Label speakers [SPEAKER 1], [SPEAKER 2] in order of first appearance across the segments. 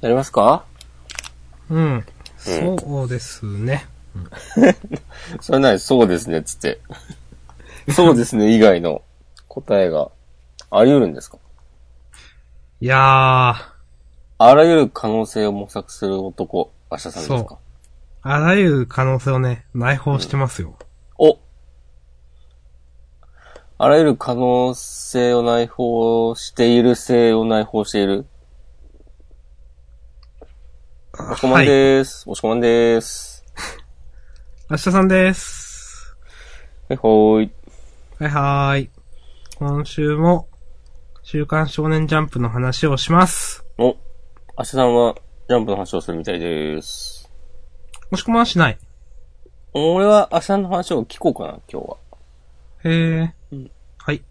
[SPEAKER 1] なりますか
[SPEAKER 2] うん。そうですね。
[SPEAKER 1] それなりそうですね、つって。そうですね、以外の答えがあり得るんですか
[SPEAKER 2] いやー、
[SPEAKER 1] あらゆる可能性を模索する男、明日さんです
[SPEAKER 2] そう
[SPEAKER 1] か
[SPEAKER 2] あらゆる可能性をね、内包してますよ。
[SPEAKER 1] おあらゆる可能性を内包している性を内包している。おしこまん
[SPEAKER 2] はい。
[SPEAKER 1] です。おしこまんです。
[SPEAKER 2] 明日さんです。
[SPEAKER 1] はい、ほーい。
[SPEAKER 2] はいはーい。今週も、週刊少年ジャンプの話をします。
[SPEAKER 1] お、明日さんはジャンプの話をするみたいです。
[SPEAKER 2] もしくはしない。
[SPEAKER 1] 俺は明日の話を聞こうかな、今日は。
[SPEAKER 2] へー。
[SPEAKER 1] うん
[SPEAKER 2] はい。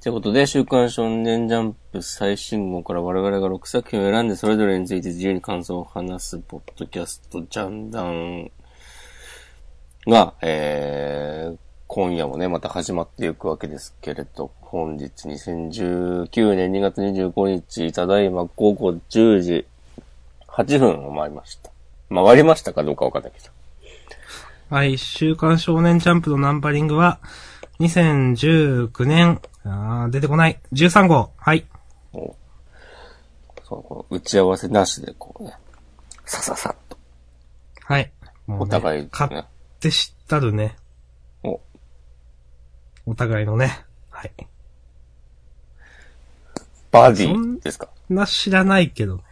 [SPEAKER 1] ということで、週刊少年ジャンプ最新号から我々が6作品を選んで、それぞれについて自由に感想を話す、ポッドキャスト、ジャンダンが、えー、今夜もね、また始まっていくわけですけれど、本日2019年2月25日、ただいま午後10時8分を回りました。回りましたかどうかわかんないけど。
[SPEAKER 2] はい、週刊少年ジャンプのナンバリングは、2019年、あー、出てこない。13号。はい。
[SPEAKER 1] もうそう、この打ち合わせなしでこうね、さささっと、
[SPEAKER 2] はい。もうね
[SPEAKER 1] お互い、ね、
[SPEAKER 2] 買って知ったるね。
[SPEAKER 1] お、
[SPEAKER 2] お互いのね。はい。
[SPEAKER 1] バディですか。
[SPEAKER 2] そんな知らないけどね。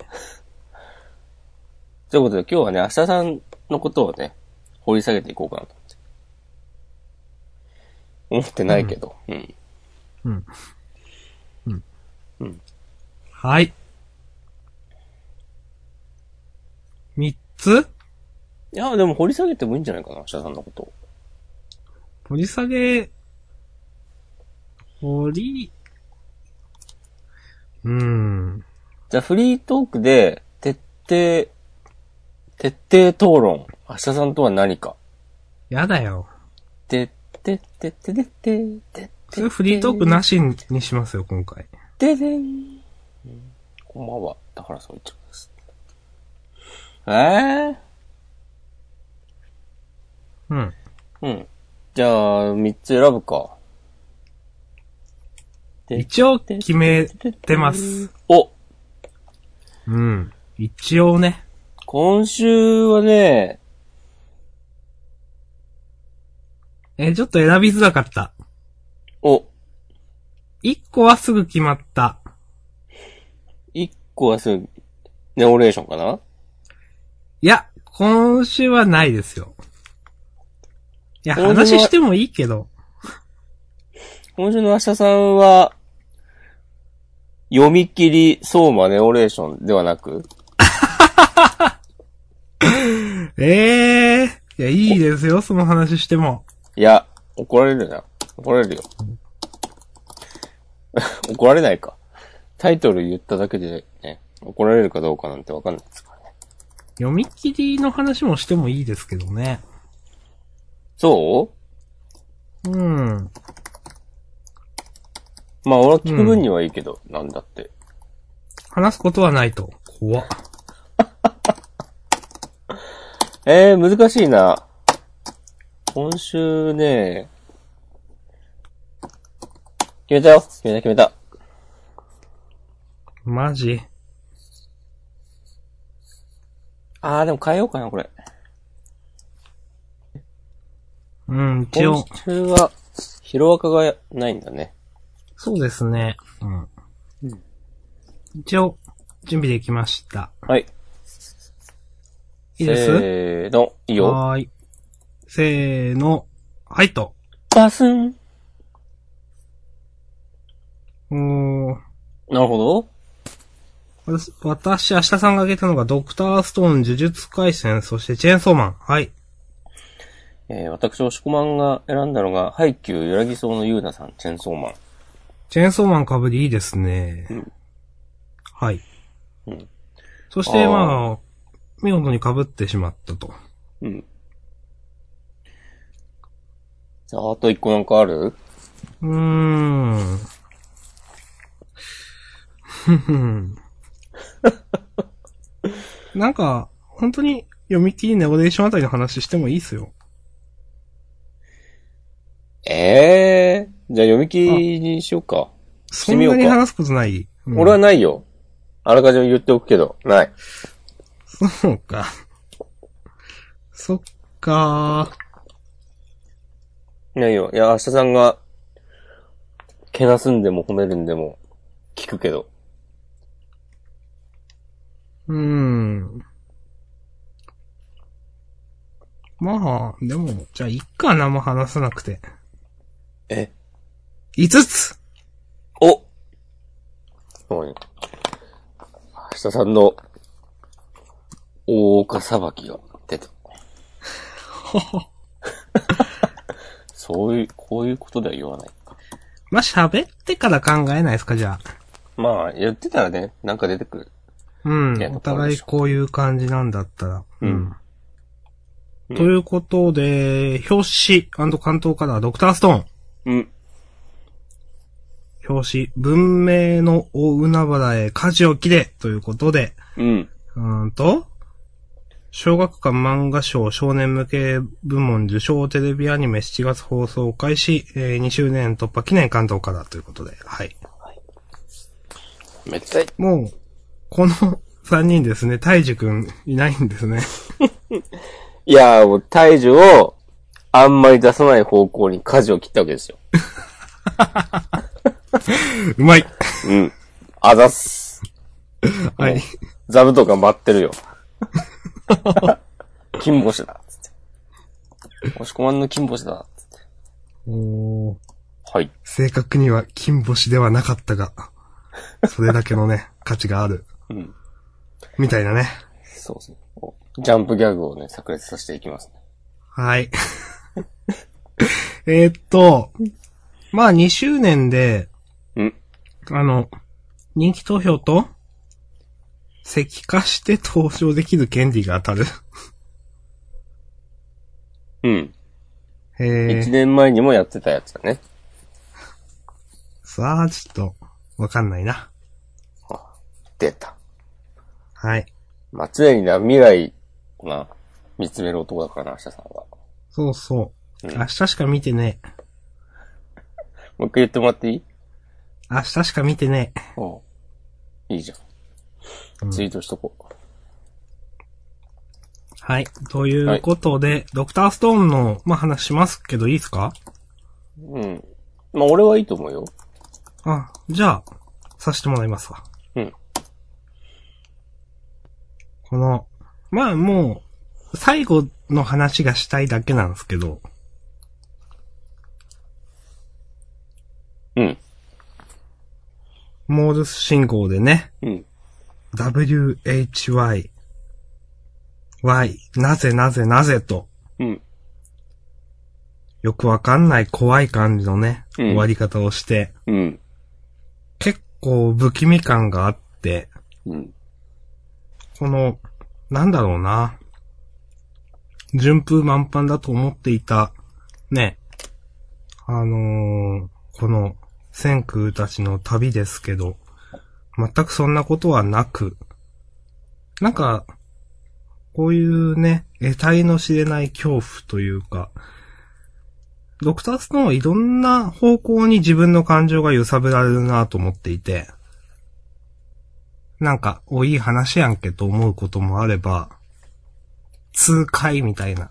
[SPEAKER 1] ということで今日はね、明日さんのことをね、掘り下げていこうかなと思って。思ってないけど。うん。
[SPEAKER 2] うん。うん。
[SPEAKER 1] うん。
[SPEAKER 2] はい。三つ
[SPEAKER 1] いや、でも掘り下げてもいいんじゃないかな、明日さんのことを。
[SPEAKER 2] 掘り下げ、掘り、うーん。
[SPEAKER 1] じゃあフリートークで、徹底、徹底討論。明日さんとは何か。
[SPEAKER 2] やだよ。
[SPEAKER 1] て、て、て、て、て、て、て、
[SPEAKER 2] それフリートークなしにしますよ、今回。
[SPEAKER 1] ででん。うんこんばんは。だからそう言っちゃうんです。ええ
[SPEAKER 2] うん。
[SPEAKER 1] うん。じゃあ、三つ選ぶか。
[SPEAKER 2] 一応決めてます。
[SPEAKER 1] お
[SPEAKER 2] うん。一応ね。
[SPEAKER 1] 今週はね、
[SPEAKER 2] え、ちょっと選びづらかった。
[SPEAKER 1] お、
[SPEAKER 2] 一個はすぐ決まった。
[SPEAKER 1] 一個はすぐ、ネオレーションかない
[SPEAKER 2] や、今週はないですよ。いや、
[SPEAKER 1] 今週は
[SPEAKER 2] 話してもいいけど。
[SPEAKER 1] 今週の明日さんは、読み切り、相馬ネオレーションではなく、
[SPEAKER 2] ええいや、いいですよ、その話しても。
[SPEAKER 1] いや、怒られるな。怒られるよ。 怒られないか。タイトル言っただけでね、怒られるかどうかなんてわかんないですからね。
[SPEAKER 2] 読み切りの話もしてもいいですけどね。
[SPEAKER 1] そう
[SPEAKER 2] うん。
[SPEAKER 1] まあ、俺は聞く分にはいいけど、なんだって。
[SPEAKER 2] 話すことはないと。怖っ
[SPEAKER 1] えー、難しいな。今週ね、決めたよ。決めた、決めた。
[SPEAKER 2] マジ。
[SPEAKER 1] あー、でも変えようかな、これ。
[SPEAKER 2] うん、一
[SPEAKER 1] 今
[SPEAKER 2] 応。
[SPEAKER 1] 週は、ヒロアカがないんだね。
[SPEAKER 2] そうですね。うん。一応、準備できました。
[SPEAKER 1] はい。
[SPEAKER 2] いいです、
[SPEAKER 1] せーの、いいよ。
[SPEAKER 2] はーい。せーの。はいと。
[SPEAKER 1] バスン。
[SPEAKER 2] うーん。
[SPEAKER 1] なるほど。
[SPEAKER 2] 私、私、明日さんが挙げたのが、ドクターストーン、呪術回戦、そしてチェーンソーマン。はい。
[SPEAKER 1] えー、私、押しこまんが選んだのが、ハイキュー、揺らぎそうのゆうなさん、チェンソーマン。
[SPEAKER 2] チェーンソーマン被りいいですね。
[SPEAKER 1] ん
[SPEAKER 2] はい。
[SPEAKER 1] うん
[SPEAKER 2] そして、
[SPEAKER 1] あー
[SPEAKER 2] まあ、見事に被ってしまったと。
[SPEAKER 1] うん。じゃあ、あと一個なんかある
[SPEAKER 2] うーん。ふふん。なんか、本当に、読み切りネオレーションあたりの話してもいいっすよ。
[SPEAKER 1] ええじゃあ読み切りにしようか。
[SPEAKER 2] そんな
[SPEAKER 1] してみ
[SPEAKER 2] に
[SPEAKER 1] ようか
[SPEAKER 2] 話すことない。うん
[SPEAKER 1] 俺はないよ。あらかじめ言っておくけど、ない。
[SPEAKER 2] そうか。そっか
[SPEAKER 1] ないよ。いや、明日さんが、けなすんでも褒めるんでも、聞くけど。
[SPEAKER 2] ー。うーん。まあ、でも、じゃあ、いっか、何も話さなくて。
[SPEAKER 1] え
[SPEAKER 2] 5つ
[SPEAKER 1] おおい。明日さんの、大岡裁きが出た。そういう、こういうことでは言わないか。
[SPEAKER 2] まあ、喋ってから考えないですか、じゃあ。
[SPEAKER 1] まあ、言ってたらね、なんか出てくる。
[SPEAKER 2] うん
[SPEAKER 1] いや。
[SPEAKER 2] お互いこういう感じなんだったら。
[SPEAKER 1] うん
[SPEAKER 2] ということで、表紙関東からドクターストーン。
[SPEAKER 1] うん。
[SPEAKER 2] 表紙、文明の大海原へ舵を切れということで、
[SPEAKER 1] うん。
[SPEAKER 2] うーんと、小学館漫画賞少年向け部門受賞テレビアニメ7月放送開始、えー2周年突破記念関東からということで、はい。
[SPEAKER 1] めっちゃいい。
[SPEAKER 2] もう、この 3人ですね、大樹くんいないんですね。
[SPEAKER 1] いやー、もう体重を、あんまり出さない方向に舵を切ったわけですよ。
[SPEAKER 2] うまい。
[SPEAKER 1] うん。あざっす。
[SPEAKER 2] はい。
[SPEAKER 1] 座布団が待ってるよ。 金星だ、つって。押し込まんの金星だ、つって。
[SPEAKER 2] おー
[SPEAKER 1] はい。
[SPEAKER 2] 正確には金星ではなかったが、それだけのね、価値がある。
[SPEAKER 1] うん。
[SPEAKER 2] みたいなね。
[SPEAKER 1] そうですね。こうジャンプギャグをね、炸裂させていきますね。
[SPEAKER 2] はい。 えーっと、まあ2周年で、
[SPEAKER 1] うん。
[SPEAKER 2] あの、人気投票と、石化して投票できる権利が当たる。
[SPEAKER 1] うん。
[SPEAKER 2] え
[SPEAKER 1] 一
[SPEAKER 2] ー、
[SPEAKER 1] 年前にもやってたやつだね。
[SPEAKER 2] さあ、ちょっと、わかんないな。
[SPEAKER 1] あ出た。
[SPEAKER 2] はい。
[SPEAKER 1] まあ、常にな、未来をな、見つめる男だからな、明日さんは。
[SPEAKER 2] そうそう。
[SPEAKER 1] うん
[SPEAKER 2] 明日しか見てねえ。
[SPEAKER 1] もう一回言ってもらっていい
[SPEAKER 2] 明日しか見てねえ。
[SPEAKER 1] おいいじゃん。ツイートしとこう。
[SPEAKER 2] はい。ということで、ドクターストーンの、まあ、話しますけど、いいですか
[SPEAKER 1] うん。まあ、俺はいいと思うよ。
[SPEAKER 2] あ、じゃあ、させてもらいますわ。
[SPEAKER 1] うん。
[SPEAKER 2] この、まあもう、最後の話がしたいだけなんですけど、
[SPEAKER 1] うん。
[SPEAKER 2] モールス信号でね、
[SPEAKER 1] うん。
[SPEAKER 2] WHY、Y、なぜなぜなぜと、
[SPEAKER 1] うん。
[SPEAKER 2] よくわかんない怖い感じのね、
[SPEAKER 1] うん
[SPEAKER 2] 終わり方をして、
[SPEAKER 1] うん。
[SPEAKER 2] 結構不気味感があって、
[SPEAKER 1] うん。
[SPEAKER 2] この、なんだろうな。順風満帆だと思っていた、ね。あのーこの、先空たちの旅ですけど、全くそんなことはなく、なんか、こういうね、得体の知れない恐怖というか、ドクターストーンはいろんな方向に自分の感情が揺さぶられるなと思っていて、なんか、お、いい話やんけと思うこともあれば、痛快みたいな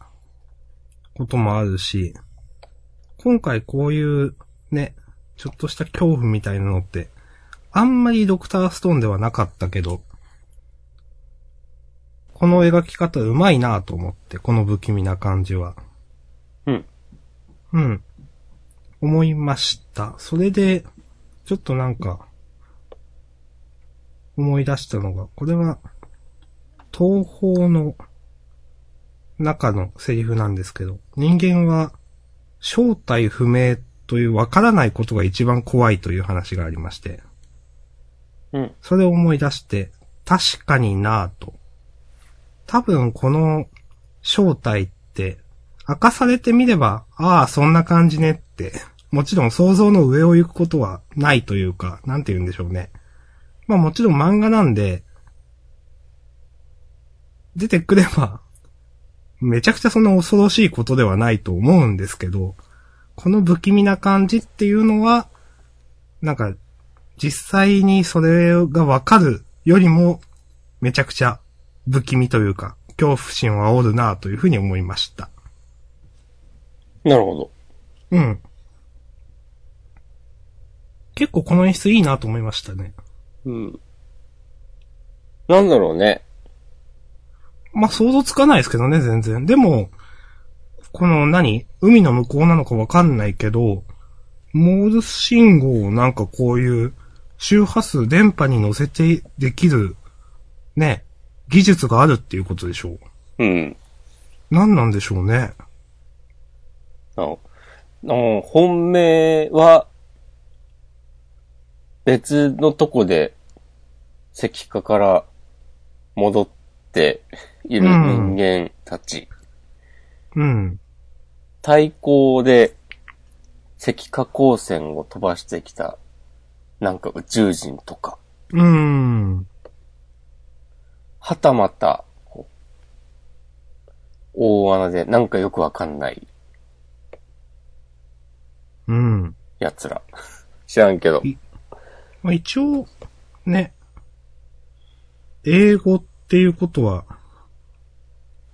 [SPEAKER 2] こともあるし、今回こういうね、ちょっとした恐怖みたいなのって、あんまりドクターストーンではなかったけど、この描き方うまいなと思って、この不気味な感じは。
[SPEAKER 1] うん。
[SPEAKER 2] うん。思いました。それで、ちょっとなんか、思い出したのが、これは、東方の中のセリフなんですけど、人間は正体不明というわからないことが一番怖いという話がありまして、
[SPEAKER 1] うん。
[SPEAKER 2] それを思い出して、確かになぁと。多分この正体って、明かされてみれば、ああ、そんな感じねって、もちろん想像の上を行くことはないというか、なんて言うんでしょうね。まあもちろん漫画なんで、出てくれば、めちゃくちゃそんな恐ろしいことではないと思うんですけど、この不気味な感じっていうのは、なんか、実際にそれがわかるよりも、めちゃくちゃ不気味というか、恐怖心を煽るなというふうに思いました。
[SPEAKER 1] なるほど。
[SPEAKER 2] うん。結構この演出いいなと思いましたね。
[SPEAKER 1] うん。なんだろうね。
[SPEAKER 2] まあ、想像つかないですけどね、全然。でも、この何海の向こうなのかわかんないけど、モールス信号をなんかこういう周波数電波に乗せてできる、ね、技術があるっていうことでしょう。
[SPEAKER 1] うん。
[SPEAKER 2] 何なんでしょうね。
[SPEAKER 1] あの、あの本命は、別のとこで、石化から戻っている人間たち。
[SPEAKER 2] うん。
[SPEAKER 1] 対抗で石化光線を飛ばしてきた、なんか宇宙人とか、
[SPEAKER 2] うーん。
[SPEAKER 1] はたまた、こう大穴でなんかよくわかんない
[SPEAKER 2] うん。
[SPEAKER 1] 奴ら。 知らんけど。
[SPEAKER 2] まあ、一応、ね、英語っていうことは、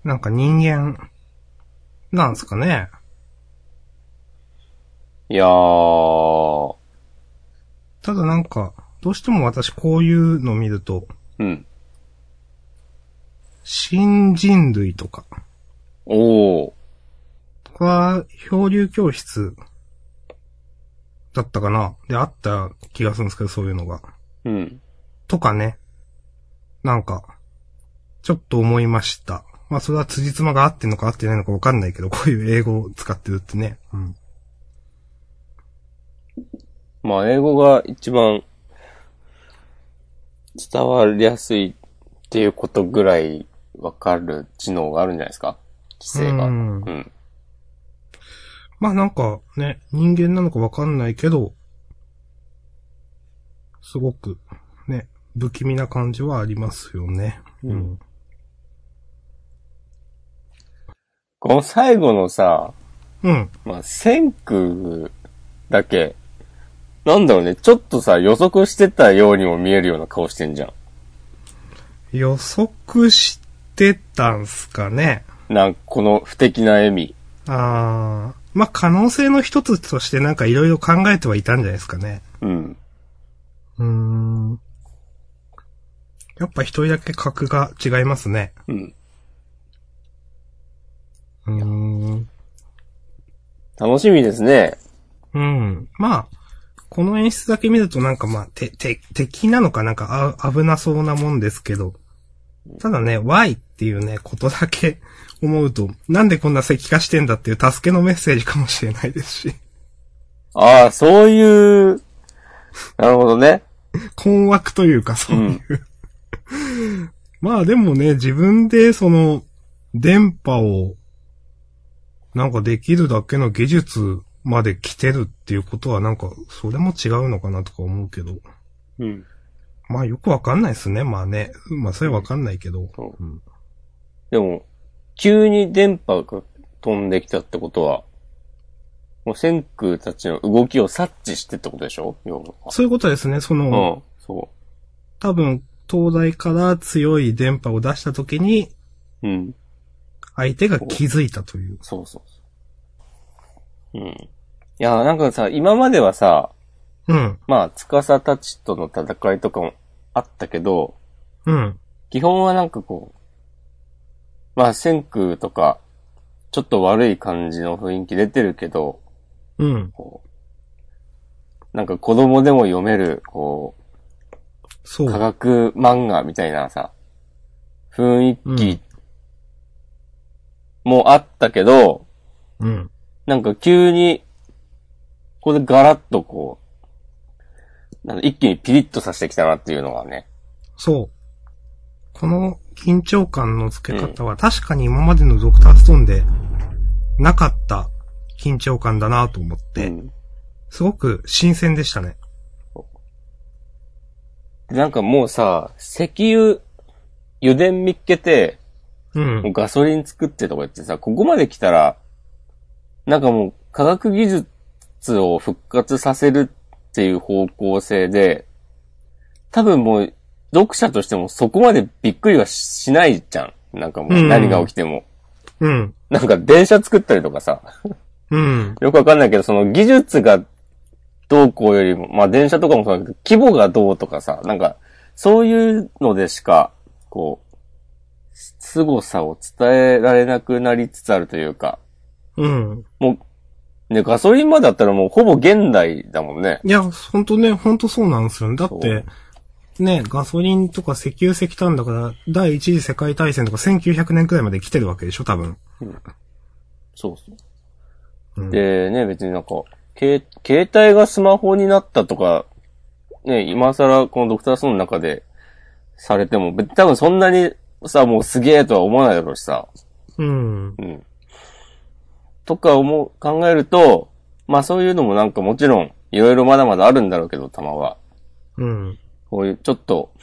[SPEAKER 2] なんか人間、なんですかね。
[SPEAKER 1] いやー、
[SPEAKER 2] ただなんか、どうしても私こういうの見ると、
[SPEAKER 1] うん。
[SPEAKER 2] 新人類とか、
[SPEAKER 1] おー、
[SPEAKER 2] とか、漂流教室、だったかなで、あった気がするんですけど、そういうのが。
[SPEAKER 1] うん。
[SPEAKER 2] とかね。なんか、ちょっと思いました。まあ、それは辻褄が合ってんのか合ってないのかわかんないけど、こういう英語を使ってるってね。うん。
[SPEAKER 1] まあ、英語が一番伝わりやすいっていうことぐらいわかる知能があるんじゃないですか知性が。
[SPEAKER 2] うん
[SPEAKER 1] うん
[SPEAKER 2] まあなんかね、人間なのかわかんないけど、すごく、ね、不気味な感じはありますよね。
[SPEAKER 1] うん。この最後のさ、
[SPEAKER 2] うん。
[SPEAKER 1] まあ、先空だけ、なんだろうね、ちょっとさ、予測してたようにも見えるような顔してんじゃ
[SPEAKER 2] 予測してたんすかね。
[SPEAKER 1] ん。なんか、この不敵な笑み。
[SPEAKER 2] あー。まあ可能性の一つとしてなんかいろいろ考えてはいたんじゃないですかね。
[SPEAKER 1] うん。
[SPEAKER 2] うーん。やっぱ一人だけ格が違いますね。
[SPEAKER 1] うん。
[SPEAKER 2] うーん。
[SPEAKER 1] 楽しみですね。
[SPEAKER 2] うん。まあ、この演出だけ見るとなんかまあ、て、て、敵なのかなんかあ危なそうなもんですけど、ただね、Y っていうね、ことだけ 思うと、なんでこんな石化してんだっていう助けのメッセージかもしれないですし、
[SPEAKER 1] ああ、そういう、なるほどね。
[SPEAKER 2] 困惑というかそういう。まあでもね、自分でその、電波を、なんかできるだけの技術まで来てるっていうことはなんか、それも違うのかなとか思うけど。
[SPEAKER 1] うん。
[SPEAKER 2] まあよくわかんないですね。まあね。まあそれはわかんないけど。
[SPEAKER 1] そう
[SPEAKER 2] うん
[SPEAKER 1] でも、急に電波が飛んできたってことは、もう先空たちの動きを察知してってことでしょ要は。
[SPEAKER 2] そういうことですね。そうの、
[SPEAKER 1] ん。そ
[SPEAKER 2] 多分、東大から強い電波を出した時に、
[SPEAKER 1] う。うん。
[SPEAKER 2] 相手が気づいたという。
[SPEAKER 1] そうそうそう。うん。いやー、なんかさ、今まではさ、
[SPEAKER 2] うん。
[SPEAKER 1] まあ、司たちとの戦いとかもあったけど、
[SPEAKER 2] うん。
[SPEAKER 1] 基本はなんかこう、まあ、先空とか、ちょっと悪い感じの雰囲気出てるけど、
[SPEAKER 2] うん。
[SPEAKER 1] こう、なんか子供でも読める、こ、
[SPEAKER 2] そう
[SPEAKER 1] 科
[SPEAKER 2] う。
[SPEAKER 1] 学漫画みたいなさ、雰囲
[SPEAKER 2] うん
[SPEAKER 1] 気もあったけど、
[SPEAKER 2] うん。
[SPEAKER 1] なんか急に、ここでガラッとこう、なんか一気にピリッとさせてきたなっていうのがね。
[SPEAKER 2] そう。この緊張感の付け方は確かに今までのドクターストーンでなかった緊張感だなと思って、
[SPEAKER 1] うん
[SPEAKER 2] すごく新鮮でしたね。
[SPEAKER 1] なんかもうさ、石油、油田見っけて、
[SPEAKER 2] うん
[SPEAKER 1] もう。ガソリン作ってとか言ってさ、ここまで来たら、なんかもう科学技術を復活させるっていう方向性で、多分もう読者としてもそこまでびっくりはしないじゃん。なんかもう
[SPEAKER 2] うん
[SPEAKER 1] 何が起きても。
[SPEAKER 2] うん。
[SPEAKER 1] なんか電車作ったりとかさ、
[SPEAKER 2] うん。
[SPEAKER 1] よくわかんないけど、その技術がどうこうよりも、まあ電車とかもそうだけど、規模がどうとかさ、なんか、そういうのでしか、こう、凄さを伝えられなくなりつつあるというか、
[SPEAKER 2] うん。
[SPEAKER 1] もう、ね、ガソリンまであったらもうほぼ現代だもんね。
[SPEAKER 2] いや、ほんとね、ほんとそうなんですよね。だって、ね、ガソリンとか石油石炭だから、第一次世界大戦とか1900年くらいまで来てるわけでしょ、多分。
[SPEAKER 1] そうそう。
[SPEAKER 2] うん
[SPEAKER 1] で、ね、別になんか、け携帯がスマホになったとか、ね、今更このドクターストーンの中でされても、別に多分そんなにさ、もうすげえとは思わないだろうしさ。
[SPEAKER 2] うん。
[SPEAKER 1] うん。とか思う、考えると、まあそういうのもなんかもちろん、いろいろまだまだあるんだろうけど、玉は。
[SPEAKER 2] うん。
[SPEAKER 1] こういう、ちょっと、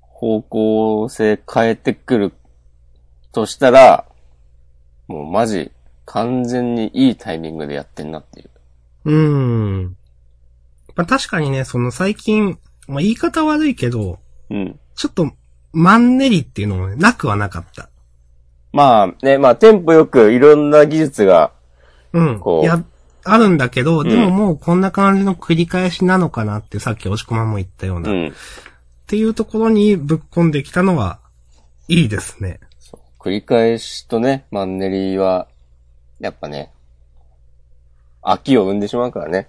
[SPEAKER 1] 方向性変えてくるとしたら、もうマジ、完全にいいタイミングでやってんなっていう。
[SPEAKER 2] うん。まあ、確かにね、その最近、まあ、言い方悪いけど、
[SPEAKER 1] うん。
[SPEAKER 2] ちょっと、マンネリっていうのもね、なくはなかった。
[SPEAKER 1] まあね、まあテンポよくいろんな技術が、
[SPEAKER 2] うん
[SPEAKER 1] こ。う
[SPEAKER 2] いや、あるんだけど、
[SPEAKER 1] ん
[SPEAKER 2] でももうこんな感じの繰り返しなのかなって、さっき押し込まんも言ったよう
[SPEAKER 1] う
[SPEAKER 2] な。っ
[SPEAKER 1] ん。
[SPEAKER 2] ていうところにぶっ込んできたのは、いいですね。
[SPEAKER 1] そう繰り返しとね、マンネリは、やっぱね、飽きを生んでしまうからね。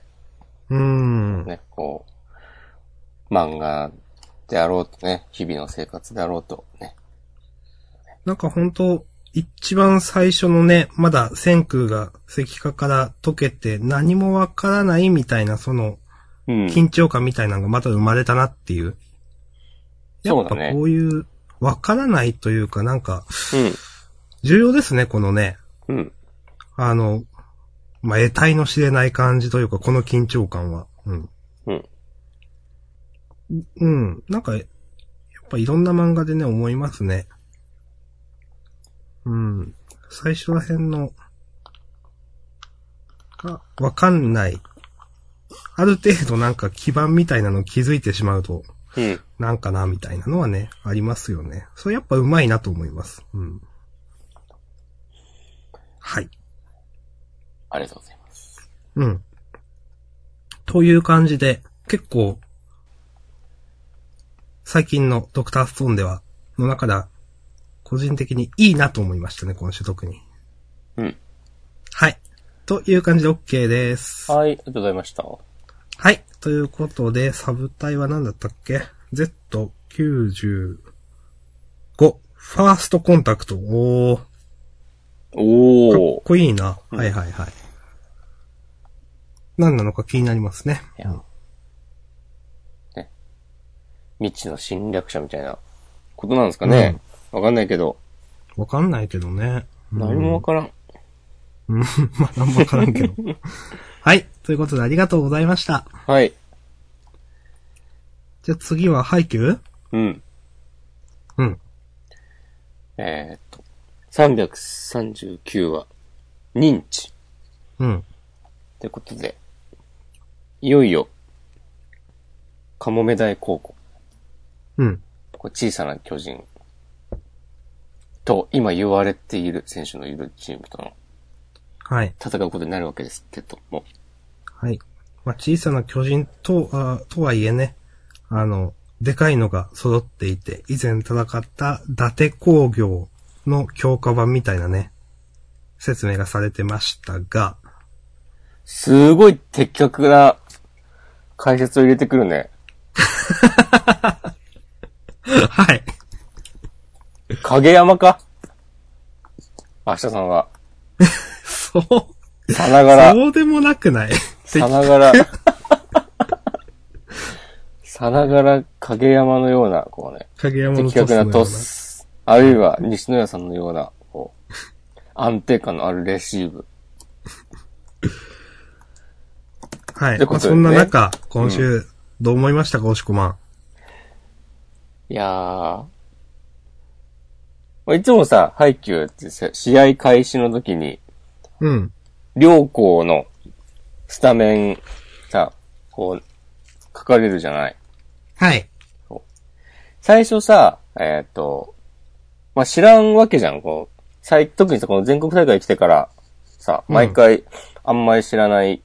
[SPEAKER 2] うーん。
[SPEAKER 1] ね、こう、漫画であろうとね、日々の生活であろうとね。
[SPEAKER 2] なんか本当一番最初のね、まだ線空が石化から溶けて何もわからないみたいな、その
[SPEAKER 1] うん
[SPEAKER 2] 緊張感みたいなのがまた生まれたなっていう。や
[SPEAKER 1] そう
[SPEAKER 2] っ
[SPEAKER 1] だ
[SPEAKER 2] ぱ
[SPEAKER 1] ね
[SPEAKER 2] こういう、わからないというかなんか、
[SPEAKER 1] う
[SPEAKER 2] 重要ですね、このね。
[SPEAKER 1] ん。うん。
[SPEAKER 2] あの、まあ、得体の知れない感じというか、この緊張感は。うん。
[SPEAKER 1] うん。
[SPEAKER 2] うん。なんか、やっぱいろんな漫画でね、思いますね。うん。最初ら辺の、あ、わかんない。ある程度なんか基盤みたいなの気づいてしまうと、
[SPEAKER 1] うん。
[SPEAKER 2] なんかな、みたいなのはね、ありますよね。それやっぱうまいなと思います。うん。はい。
[SPEAKER 1] ありがとうございます。
[SPEAKER 2] うん。という感じで、結構、最近のドクターストーンでは、の中では、個人的にいいなと思いましたね、今週特に。
[SPEAKER 1] うん。
[SPEAKER 2] はい。という感じで OK です。
[SPEAKER 1] はい、ありがとうございました。
[SPEAKER 2] はい。ということで、サブ隊は何だったっけ ?Z95。ファーストコンタクト。おー。か
[SPEAKER 1] お
[SPEAKER 2] っこいいな。はいはいはい。何なのか気になりますね。
[SPEAKER 1] いやね。未知の侵略者みたいなことなんですかね。わかんないけど、
[SPEAKER 2] わかんないけどね。
[SPEAKER 1] 何もわからん。
[SPEAKER 2] うん。まあ、何もわからんけ ど。はい。ということで、ありがとうございました。
[SPEAKER 1] はい。
[SPEAKER 2] じゃあ次は、ハイキュー
[SPEAKER 1] うん。
[SPEAKER 2] うん。
[SPEAKER 1] えー、っと、339話、認知。
[SPEAKER 2] うん。
[SPEAKER 1] ということで、いよいよ、カモメ大高校。
[SPEAKER 2] うん。
[SPEAKER 1] こう小さな巨人と今言われている選手のいるチームとの
[SPEAKER 2] はい。
[SPEAKER 1] 戦うことになるわけですけども。
[SPEAKER 2] はい。まあ、小さな巨人と、あとはいえね、あの、でかいのが揃っていて、以前戦った伊達工業の強化版みたいなね、説明がされてましたが、
[SPEAKER 1] すごい的確な解説を入れてくるね。
[SPEAKER 2] はい。
[SPEAKER 1] 影山か明日さんは、
[SPEAKER 2] そう、
[SPEAKER 1] さながら、
[SPEAKER 2] そうでもなくない。
[SPEAKER 1] さながら、さながら影山のような、こうね、
[SPEAKER 2] 影山の
[SPEAKER 1] 的
[SPEAKER 2] ト
[SPEAKER 1] 確
[SPEAKER 2] スのよ
[SPEAKER 1] な
[SPEAKER 2] うな
[SPEAKER 1] トス、あるいは西野屋さんのような、こう、安定感のあるレシーブ。
[SPEAKER 2] はい。
[SPEAKER 1] って
[SPEAKER 2] ま
[SPEAKER 1] こ
[SPEAKER 2] あ、
[SPEAKER 1] とだ
[SPEAKER 2] そ
[SPEAKER 1] よ
[SPEAKER 2] ん
[SPEAKER 1] ね
[SPEAKER 2] な中、今週、どう思いましたか、おしこまん。
[SPEAKER 1] いやー。ままあいつもさ、ハイキューってさ試合開始の時に、
[SPEAKER 2] うん。
[SPEAKER 1] 両校のスタメンさ、こう、書かれるじゃない。
[SPEAKER 2] はい。
[SPEAKER 1] 最初さ、えっ、と、まあ、知らんわけじゃん、こう。最、特にさ、この全国大会来てから、さ、
[SPEAKER 2] うん
[SPEAKER 1] 毎回、あんまり知らない、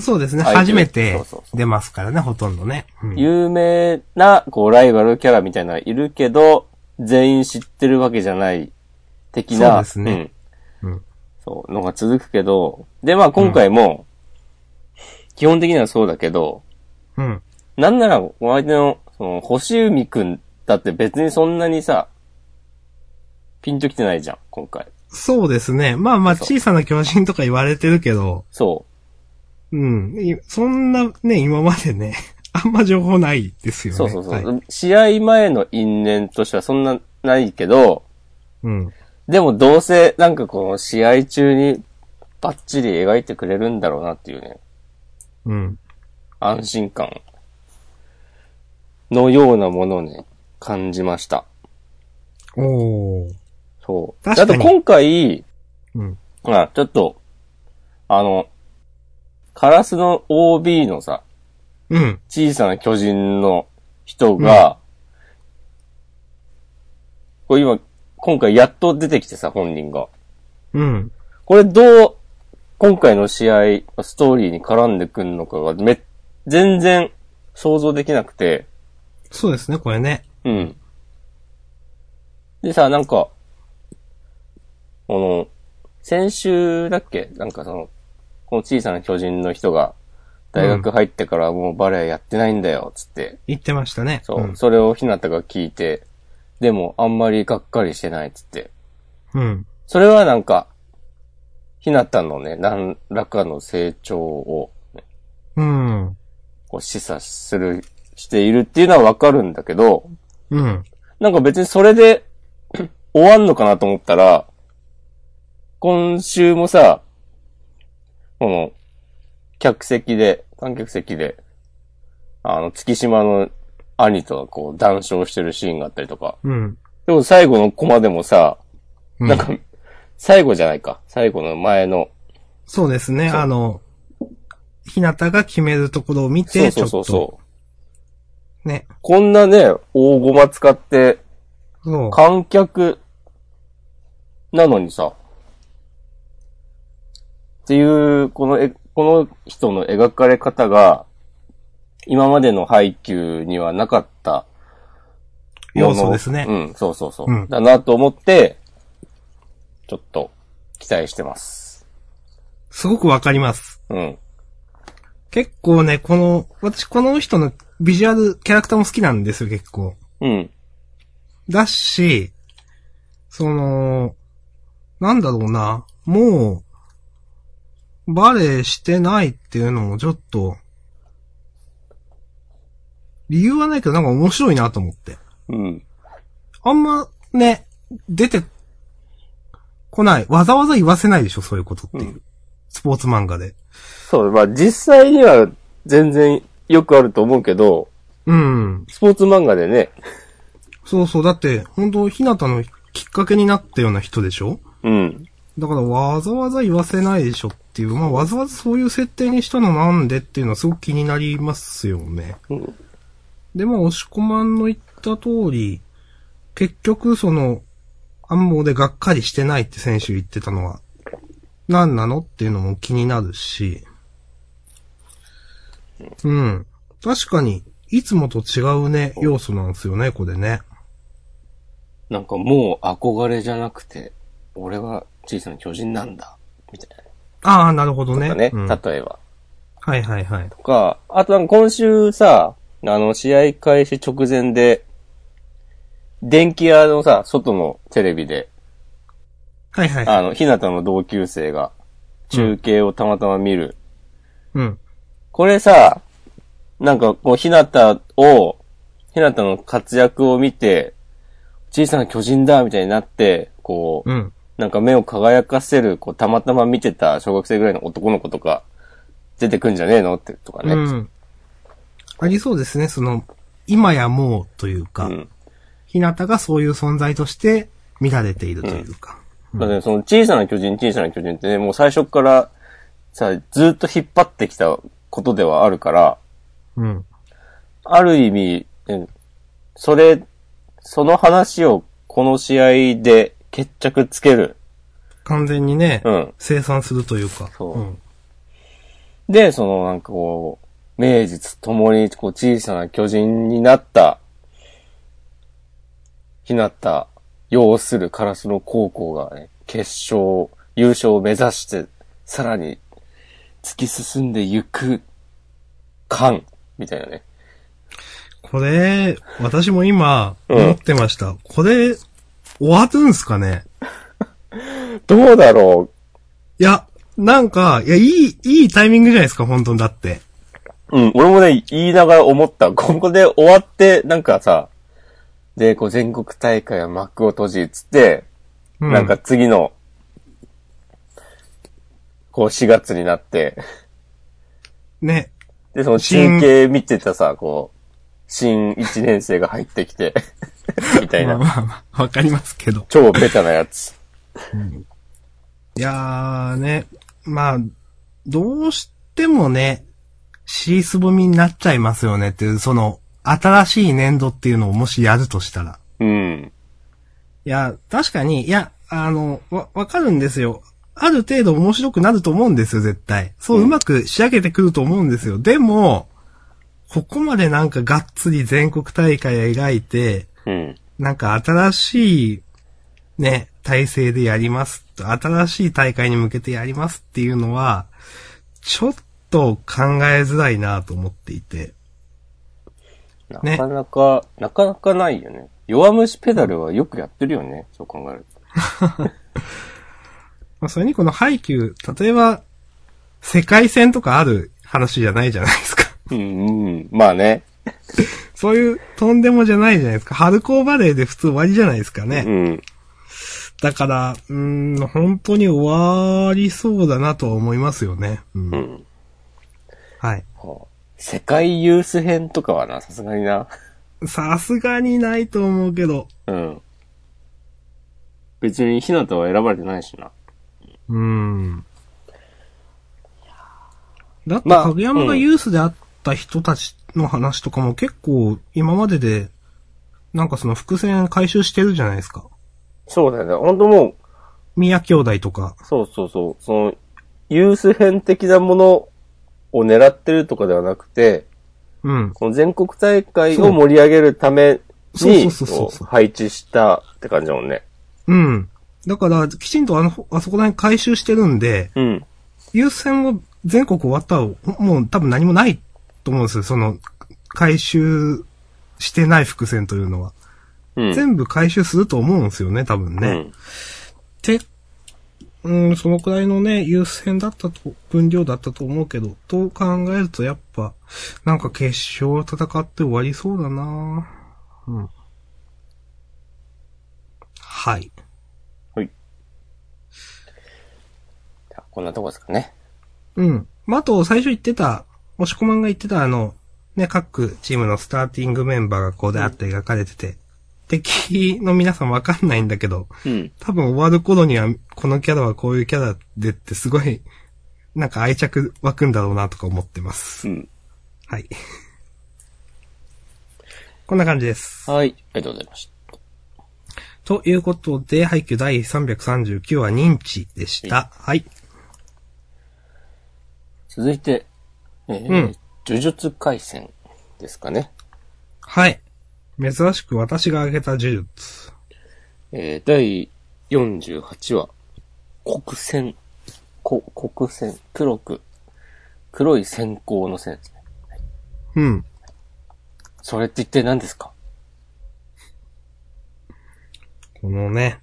[SPEAKER 2] そうですね。
[SPEAKER 1] はい
[SPEAKER 2] 初めて
[SPEAKER 1] そうそうそう
[SPEAKER 2] 出ますからね、ほとんどね。うん
[SPEAKER 1] 有名な、こう、ライバルキャラみたいなのいるけど、全員知ってるわけじゃない、的な。
[SPEAKER 2] そうですね
[SPEAKER 1] うん。
[SPEAKER 2] うん
[SPEAKER 1] そう、のが続くけど、で、まあ、今回も、基本的にはそうだけど、
[SPEAKER 2] うん。
[SPEAKER 1] なんなら、お相手の、その、星海くんだって別にそんなにさ、ピンときてないじゃん、今回。
[SPEAKER 2] そうですね。まあまあ、
[SPEAKER 1] そう
[SPEAKER 2] 小さな巨人とか言われてるけど、
[SPEAKER 1] そ
[SPEAKER 2] うん。いそんなね、今までね、 あんま情報ないです
[SPEAKER 1] う。
[SPEAKER 2] よね。
[SPEAKER 1] そうそうそう。
[SPEAKER 2] はい
[SPEAKER 1] 試合前の因縁としてはそんなないけど、
[SPEAKER 2] うん。
[SPEAKER 1] でもどうせ、なんかこの試合中にバッチリ描いてくれるんだろうなっていうね、
[SPEAKER 2] うん。
[SPEAKER 1] 安心感のようなものをね、感じました。
[SPEAKER 2] おー。
[SPEAKER 1] そう。
[SPEAKER 2] 確かに
[SPEAKER 1] あと今回、
[SPEAKER 2] うん。
[SPEAKER 1] あ、ちょっと、あの、カラスの OB のさ、
[SPEAKER 2] うん。
[SPEAKER 1] 小さな巨人の人が、これ今、今回やっと出てきてさ、本人が。
[SPEAKER 2] うん。
[SPEAKER 1] これどう、今回の試合、ストーリーに絡んでくんのかが、め、全然想像できなくて、
[SPEAKER 2] そうですね、これね。
[SPEAKER 1] うん。でさ、なんか、あの、先週だっけなんかその、この小さな巨人の人が、大学入ってからもうバレエやってないんだよ、つって。
[SPEAKER 2] 言ってましたね。
[SPEAKER 1] そう、
[SPEAKER 2] ん
[SPEAKER 1] それをひなたが聞いて、でもあんまりがっかりしてない、つって。
[SPEAKER 2] うん。
[SPEAKER 1] それはなんか、ひなたのね、何らかの成長を、ね、
[SPEAKER 2] うん。
[SPEAKER 1] こう示唆する、しているっていうのはわかるんだけど、
[SPEAKER 2] うん。
[SPEAKER 1] なんか別にそれで 終わんのかなと思ったら、今週もさ、この、客席で、観客席で、あの、月島の兄とこう談笑してるシーンがあったりとか。
[SPEAKER 2] うん。
[SPEAKER 1] でも最後のコマでもさ、
[SPEAKER 2] うん
[SPEAKER 1] なんか、最後じゃないか。最後の前の、
[SPEAKER 2] そうですね、
[SPEAKER 1] そう
[SPEAKER 2] あの、ひなたが決めるところを見
[SPEAKER 1] そう
[SPEAKER 2] て、ち
[SPEAKER 1] そ
[SPEAKER 2] ょ
[SPEAKER 1] う
[SPEAKER 2] っ
[SPEAKER 1] そう
[SPEAKER 2] と、
[SPEAKER 1] そう。
[SPEAKER 2] ね、
[SPEAKER 1] こんなね、大駒使って、
[SPEAKER 2] そう、
[SPEAKER 1] 観客なのにさ、っていう、このえ、この人の描かれ方が、今までの配給にはなかったもの
[SPEAKER 2] 要素ですね
[SPEAKER 1] うん、そうそうそう。
[SPEAKER 2] うん
[SPEAKER 1] だなと思って、ちょっと期待してます。
[SPEAKER 2] すごくわかります。
[SPEAKER 1] うん。
[SPEAKER 2] 結構ね、この、私この人のビジュアル、キャラクターも好きなんですよ、結構。
[SPEAKER 1] うん。
[SPEAKER 2] だし、その、なんだろうな、もう、バレーしてないっていうのもちょっと、理由はないけどなんか面白いなと思って。
[SPEAKER 1] うん。
[SPEAKER 2] あんまね、出てこない。わざわざ言わせないでしょ、そういうことっていう。
[SPEAKER 1] うん
[SPEAKER 2] スポーツ漫画で。
[SPEAKER 1] そう、まあ実際には全然よくあると思うけど、
[SPEAKER 2] うん。
[SPEAKER 1] スポーツ漫画でね、
[SPEAKER 2] そうそう。だって、本当ひなたのきっかけになったような人でしょ
[SPEAKER 1] うん。
[SPEAKER 2] だからわざわざ言わせないでしょっていう。まあ、わざわざそういう設定にしたのなんでっていうのはすごく気になりますよね。
[SPEAKER 1] うん
[SPEAKER 2] で、まあ、押し込まんの言った通り、結局、その、暗号でがっかりしてないって選手言ってたのは、何なのっていうのも気になるし、うん。確かに、いつもと違うね、要素なんですよね、これね。
[SPEAKER 1] なんかもう憧れじゃなくて、俺は小さな巨人なんだ、みたい
[SPEAKER 2] ああ、なるほど
[SPEAKER 1] な。
[SPEAKER 2] ね。
[SPEAKER 1] とかね、
[SPEAKER 2] うんはい
[SPEAKER 1] 例えば。
[SPEAKER 2] はいはい。
[SPEAKER 1] とか、あとなんか今週さ、あの、試合開始直前で、電気屋のさ、外のテレビで、
[SPEAKER 2] はいはいはい。
[SPEAKER 1] あの、ひなたの同級生が、中継をたまたま見る。
[SPEAKER 2] うん。
[SPEAKER 1] これさ、なんかこう、ひなたを、ひなたの活躍を見て、小さな巨人だ、みたいになって、こう、
[SPEAKER 2] うん。
[SPEAKER 1] なんか目を輝かせる、こう、たまたま見てた小学生ぐらいの男の子とか、出てくんじゃねえのって、とかね。
[SPEAKER 2] うん。ありそうですね、その、今やもうというか、
[SPEAKER 1] うん
[SPEAKER 2] ひなたがそういう存在として乱れているというか。
[SPEAKER 1] だってその小さな巨人、小さな巨人ってね、もう最初からさ、ずっと引っ張ってきたことではあるから、
[SPEAKER 2] うん。
[SPEAKER 1] ある意味、うんそれ、その話をこの試合で決着つける。
[SPEAKER 2] 完全にね、
[SPEAKER 1] うん。
[SPEAKER 2] 生産するというか。
[SPEAKER 1] そうんで、そのなんかこう、名実ともにこう小さな巨人になった、ひなた、要するカラスの高校がね、決勝、優勝を目指して、さらに突き進んでいく、感、みたいなね。
[SPEAKER 2] これ、私も今、
[SPEAKER 1] うん
[SPEAKER 2] 思ってました。これ、終わるんすかね
[SPEAKER 1] どうだろ
[SPEAKER 2] いや、なんか、いや、いい、いいタイミングじゃないですか、本当に。だって。
[SPEAKER 1] ううん、俺もね、言いながら思った。ここで終わって、なんかさ、で、こう全国大会は幕を閉じ、つって、
[SPEAKER 2] う
[SPEAKER 1] なんか、次の、こう4月になって、
[SPEAKER 2] ね。
[SPEAKER 1] で、その中継見てたさ、こう、新1年生が入ってきて、 みたい
[SPEAKER 2] まあ
[SPEAKER 1] な。
[SPEAKER 2] まあまあ、わかりますけど。
[SPEAKER 1] 超ベタなやつ。
[SPEAKER 2] いやーね、まあ、どうしてもね、シースボミになっちゃいますよねっていう、その、新しい年度っていうのをもしやるとしたら。
[SPEAKER 1] うん。
[SPEAKER 2] いや、確かに、いや、あの、わ、わかるんですよ。ある程度面白くなると思うんですよ、絶対。そう、
[SPEAKER 1] うん
[SPEAKER 2] うまく仕上げてくると思うんですよ。でも、ここまでなんかがっつり全国大会描いて、
[SPEAKER 1] うん。
[SPEAKER 2] なんか新しい、ね、体制でやります。新しい大会に向けてやりますっていうのは、ちょっと考えづらいなと思っていて。
[SPEAKER 1] なかなか、なかなかないよね。弱虫ペダルはよくやってるよね。そう考えると。
[SPEAKER 2] まあ、それにこの配給、例えば、世界戦とかある話じゃないじゃないですか。
[SPEAKER 1] うん、うん。まあね。
[SPEAKER 2] そういうとんでもじゃないじゃないですか。春高バレーで普通終わりじゃないですかね。
[SPEAKER 1] うん。
[SPEAKER 2] だから、うーん、本当に終わりそうだなとは思いますよね。うん
[SPEAKER 1] うん。
[SPEAKER 2] はい。
[SPEAKER 1] こう世界ユース編とかはな、さすがにな。
[SPEAKER 2] さすがにないと思うけど。
[SPEAKER 1] うん。別にひなたは選ばれてないしな。
[SPEAKER 2] うーん。だって、
[SPEAKER 1] まあ
[SPEAKER 2] 影山がユースであった人たちの話とかも結構今までで、なんかその伏線回収してるじゃないですか。
[SPEAKER 1] そうだよね。ほんともう、
[SPEAKER 2] 宮兄弟とか。
[SPEAKER 1] そうそうそう。その、ユース編的なものを狙ってるとかではなくて、
[SPEAKER 2] うん。
[SPEAKER 1] この全国大会を盛り上げるため
[SPEAKER 2] そう
[SPEAKER 1] に、
[SPEAKER 2] そうそうそうそ
[SPEAKER 1] こ
[SPEAKER 2] う
[SPEAKER 1] う配置したって感じだもんね。
[SPEAKER 2] うん。だから、きちんとあの、あそこら辺回収してるんで、
[SPEAKER 1] うん。
[SPEAKER 2] 優先も全国終わったら、もう多分何もないと思うんですよ。その、回収してない伏線というのは。
[SPEAKER 1] うん。
[SPEAKER 2] 全部回収すると思うんですよね、多分ね。
[SPEAKER 1] うん。
[SPEAKER 2] て、うん、そのくらいのね、優先だったと、分量だったと思うけど、と考えるとやっぱ、なんか決勝戦って終わりそうだなうん。はい。
[SPEAKER 1] はい。じゃあこんなとこですかね。
[SPEAKER 2] うん。まあ、あと、最初言ってた、押し込まんが言ってたあの、ね、各チームのスターティングメンバーがこうであって描かれてて、敵の皆さんわかんないんだけど、
[SPEAKER 1] うん。
[SPEAKER 2] 多分終わる頃には、このキャラはこういうキャラでってすごい、なんか愛着湧くんだろうなとか思ってます。
[SPEAKER 1] うん。
[SPEAKER 2] はい。こんな感じです。
[SPEAKER 1] はい。ありがとうございました。
[SPEAKER 2] ということで、配給第339話認知でした。はい。
[SPEAKER 1] 続いて、えー
[SPEAKER 2] うん
[SPEAKER 1] 呪術回戦ですかね。
[SPEAKER 2] はい。珍しく私が挙げた呪術。
[SPEAKER 1] えー、第48話、黒線、こ黒線、黒く、黒い線香の線ですね。
[SPEAKER 2] うん。
[SPEAKER 1] それって一体何ですか
[SPEAKER 2] このね、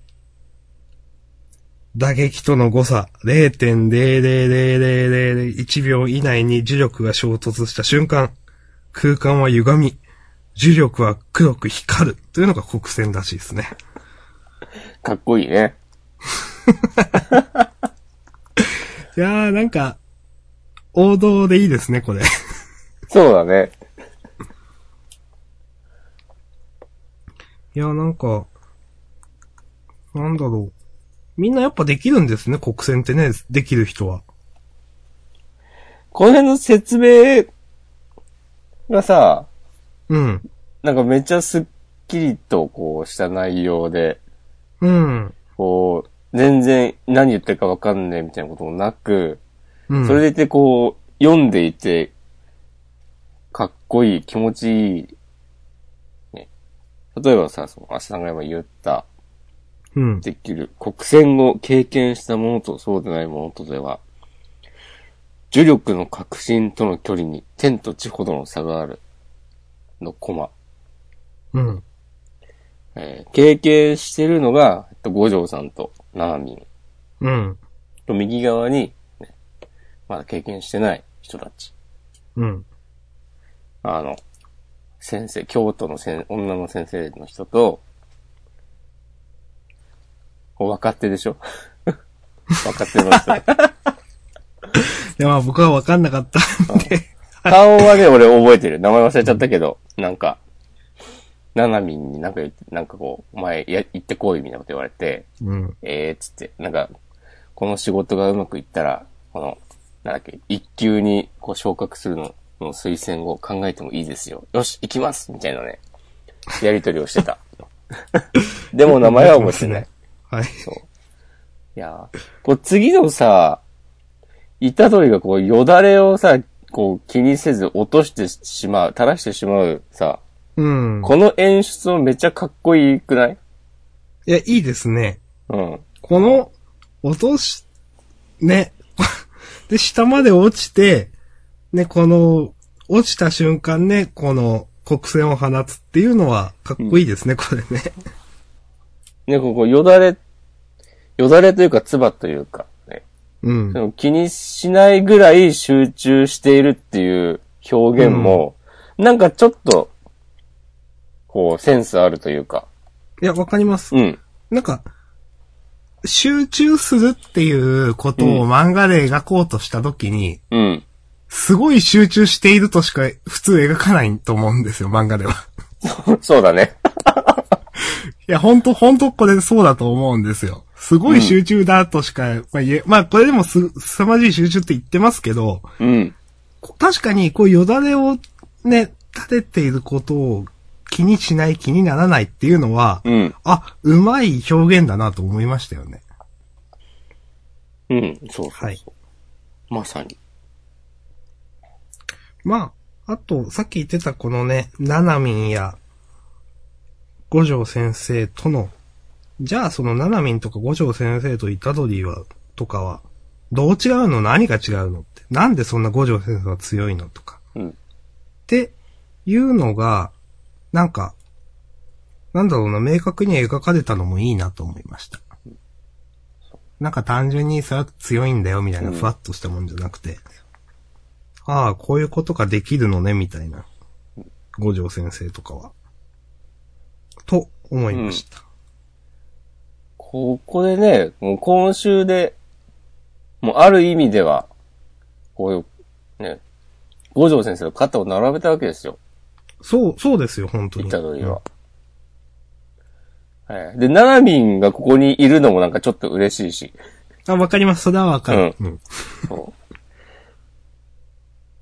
[SPEAKER 2] 打撃との誤差0.0000001秒以内に呪力が衝突した瞬間、空間は歪み、呪力は黒く光るというのが黒線らしいですね。
[SPEAKER 1] かっこいいね。
[SPEAKER 2] いやーなんか、王道でいいですね、これ。
[SPEAKER 1] そうだね。
[SPEAKER 2] いや、なんか、なんだろう。みんなやっぱできるんですね、国選ってね、できる人は。
[SPEAKER 1] この辺の説明がさ、
[SPEAKER 2] うん。
[SPEAKER 1] なんかめっちゃスッキリとこうした内容で、
[SPEAKER 2] うん。
[SPEAKER 1] こう、全然何言ってるかわかんねえみたいなこともなく、
[SPEAKER 2] うん。
[SPEAKER 1] それでいてこう、読んでいて、かっこいい、気持ちいい、ね。例えばさ、その、明日さんが今言った、
[SPEAKER 2] うん。
[SPEAKER 1] できる、国選を経験したものとそうでないものとでは、呪力の革新との距離に天と地ほどの差がある、のコマ。
[SPEAKER 2] うん。
[SPEAKER 1] えー経験してるのが、えっと、五条さんとナーミン。
[SPEAKER 2] うん。
[SPEAKER 1] と、右側に、ね、まだ経験してない人たち。
[SPEAKER 2] うん。
[SPEAKER 1] あの、先生、京都の先女の先生の人と、お若手でしょ 若手の人。
[SPEAKER 2] いや、まあ僕はわかんなかった。
[SPEAKER 1] 顔はね、俺覚えてる。名前忘れちゃったけど、なんか、ななみんになんか言って、なんかこう、お前や、行ってこいみたいなこと言われて、
[SPEAKER 2] うん。
[SPEAKER 1] ええー、っつって、なんか、この仕事がうまくいったら、この、なんだっけ、一級にこう昇格するのの推薦を考えてもいいですよ。よし、行きますみたいなね、やりとりを してた。でも名前は覚えてない。
[SPEAKER 2] はい。
[SPEAKER 1] いやーこう次のさ、イタドリがこうよだれをさ、こう気にせず落としてしまう、垂らしてしまうさ、
[SPEAKER 2] うん。
[SPEAKER 1] この演出もめっちゃかっこいいくない
[SPEAKER 2] いや、いいですね。
[SPEAKER 1] うん。
[SPEAKER 2] この、落とし、ね。 で、下まで落ちて、ね、この、落ちた瞬間ね、この、黒線を放つっていうのは、かっこいいですね、これね。
[SPEAKER 1] ね、ここよだれ、よだれというか唾というか、ね、
[SPEAKER 2] うん
[SPEAKER 1] で。も気にしないぐらい集中しているっていう表現も、なんかちょっと、こうセンスあるというか、
[SPEAKER 2] いや、わかります。
[SPEAKER 1] うん。
[SPEAKER 2] なんか、集中するっていうことを漫画で描こうとしたときに、
[SPEAKER 1] うん。
[SPEAKER 2] すごい集中しているとしか普通描かないと思うんですよ、漫画では。
[SPEAKER 1] そうだね。
[SPEAKER 2] いや、ほんと、ほんとこれそうだと思うんですよ。すごい集中だとしか、まあ言え、まあこれでもす、凄まじい集中って言ってますけど、
[SPEAKER 1] うん。
[SPEAKER 2] こ確かにこうよだれをね、立てていることを気にしない気にならないっていうのは、
[SPEAKER 1] うん。
[SPEAKER 2] あ、うまい表現だなと思いましたよね。
[SPEAKER 1] うん。そうそうそう。
[SPEAKER 2] はい。
[SPEAKER 1] まさに。
[SPEAKER 2] まあ、あと、さっき言ってたこのね、ななみんや、五条先生との、じゃあそのななみんとか五条先生とイタドリは、とかは、どう違うの何が違うのって。なんでそんな五条先生は強いのとか。
[SPEAKER 1] うん。
[SPEAKER 2] っていうのが、なんか、なんだろうな、明確に描かれたのもいいなと思いました。なんか単純にそれは強いんだよみたいな、
[SPEAKER 1] うん
[SPEAKER 2] ふわっとしたもんじゃなくて、ああ、こういうことができるのね、みたいな、五条先生とかは。と思いました。
[SPEAKER 1] ここでね、もう今週で、もうある意味では、こういう、ね、五条先生と肩を並べたわけですよ。
[SPEAKER 2] そう、そうですよ、本当
[SPEAKER 1] イ
[SPEAKER 2] に。
[SPEAKER 1] タドリは。はい。で、ナナミンがここにいるのもなんかちょっと嬉しいし。
[SPEAKER 2] あ、わかります。それはわかる。うん。
[SPEAKER 1] そう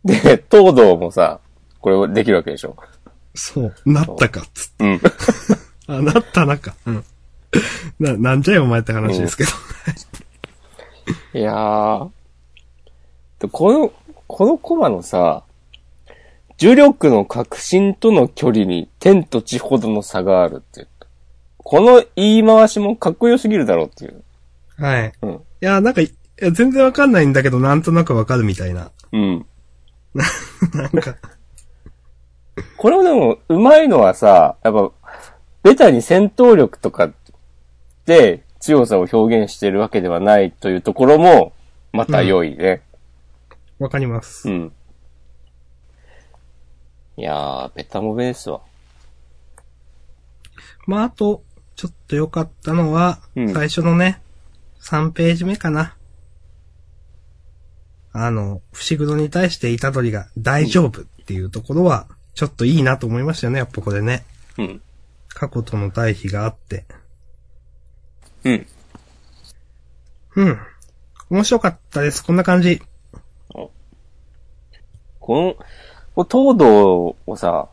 [SPEAKER 1] で、東堂もさ、これをできるわけでしょ。
[SPEAKER 2] そう、なったか、つって
[SPEAKER 1] うん。
[SPEAKER 2] あ、なったなか。うん。な、 なんじゃよ、お前って話ですけど。
[SPEAKER 1] いやー。でこの、このコマのさ、呪力の革新との距離に天と地ほどの差があるっていう。この言い回しもかっこよすぎるだろうっていう。
[SPEAKER 2] はい。
[SPEAKER 1] うん
[SPEAKER 2] いや、なんか、いや全然わかんないんだけど、なんとなくわかるみたいな。
[SPEAKER 1] うん。
[SPEAKER 2] なんか、
[SPEAKER 1] これもでも、うまいのはさ、やっぱ、ベタに戦闘力とかで強さを表現してるわけではないというところも、また良いね。
[SPEAKER 2] わかります。
[SPEAKER 1] うん。いやー、ベタもベースは。
[SPEAKER 2] まあ、あと、ちょっと良かったのは、
[SPEAKER 1] うん
[SPEAKER 2] 最初のね、3ページ目かな。あの、伏黒に対して虎杖が大丈夫っていうところは、ちょっといいなと思いましたよね、やっぱこれね。
[SPEAKER 1] うん。
[SPEAKER 2] 過去との対比があって。
[SPEAKER 1] うん。
[SPEAKER 2] うん。面白かったです。こんな感じ。
[SPEAKER 1] この、この東堂をさ、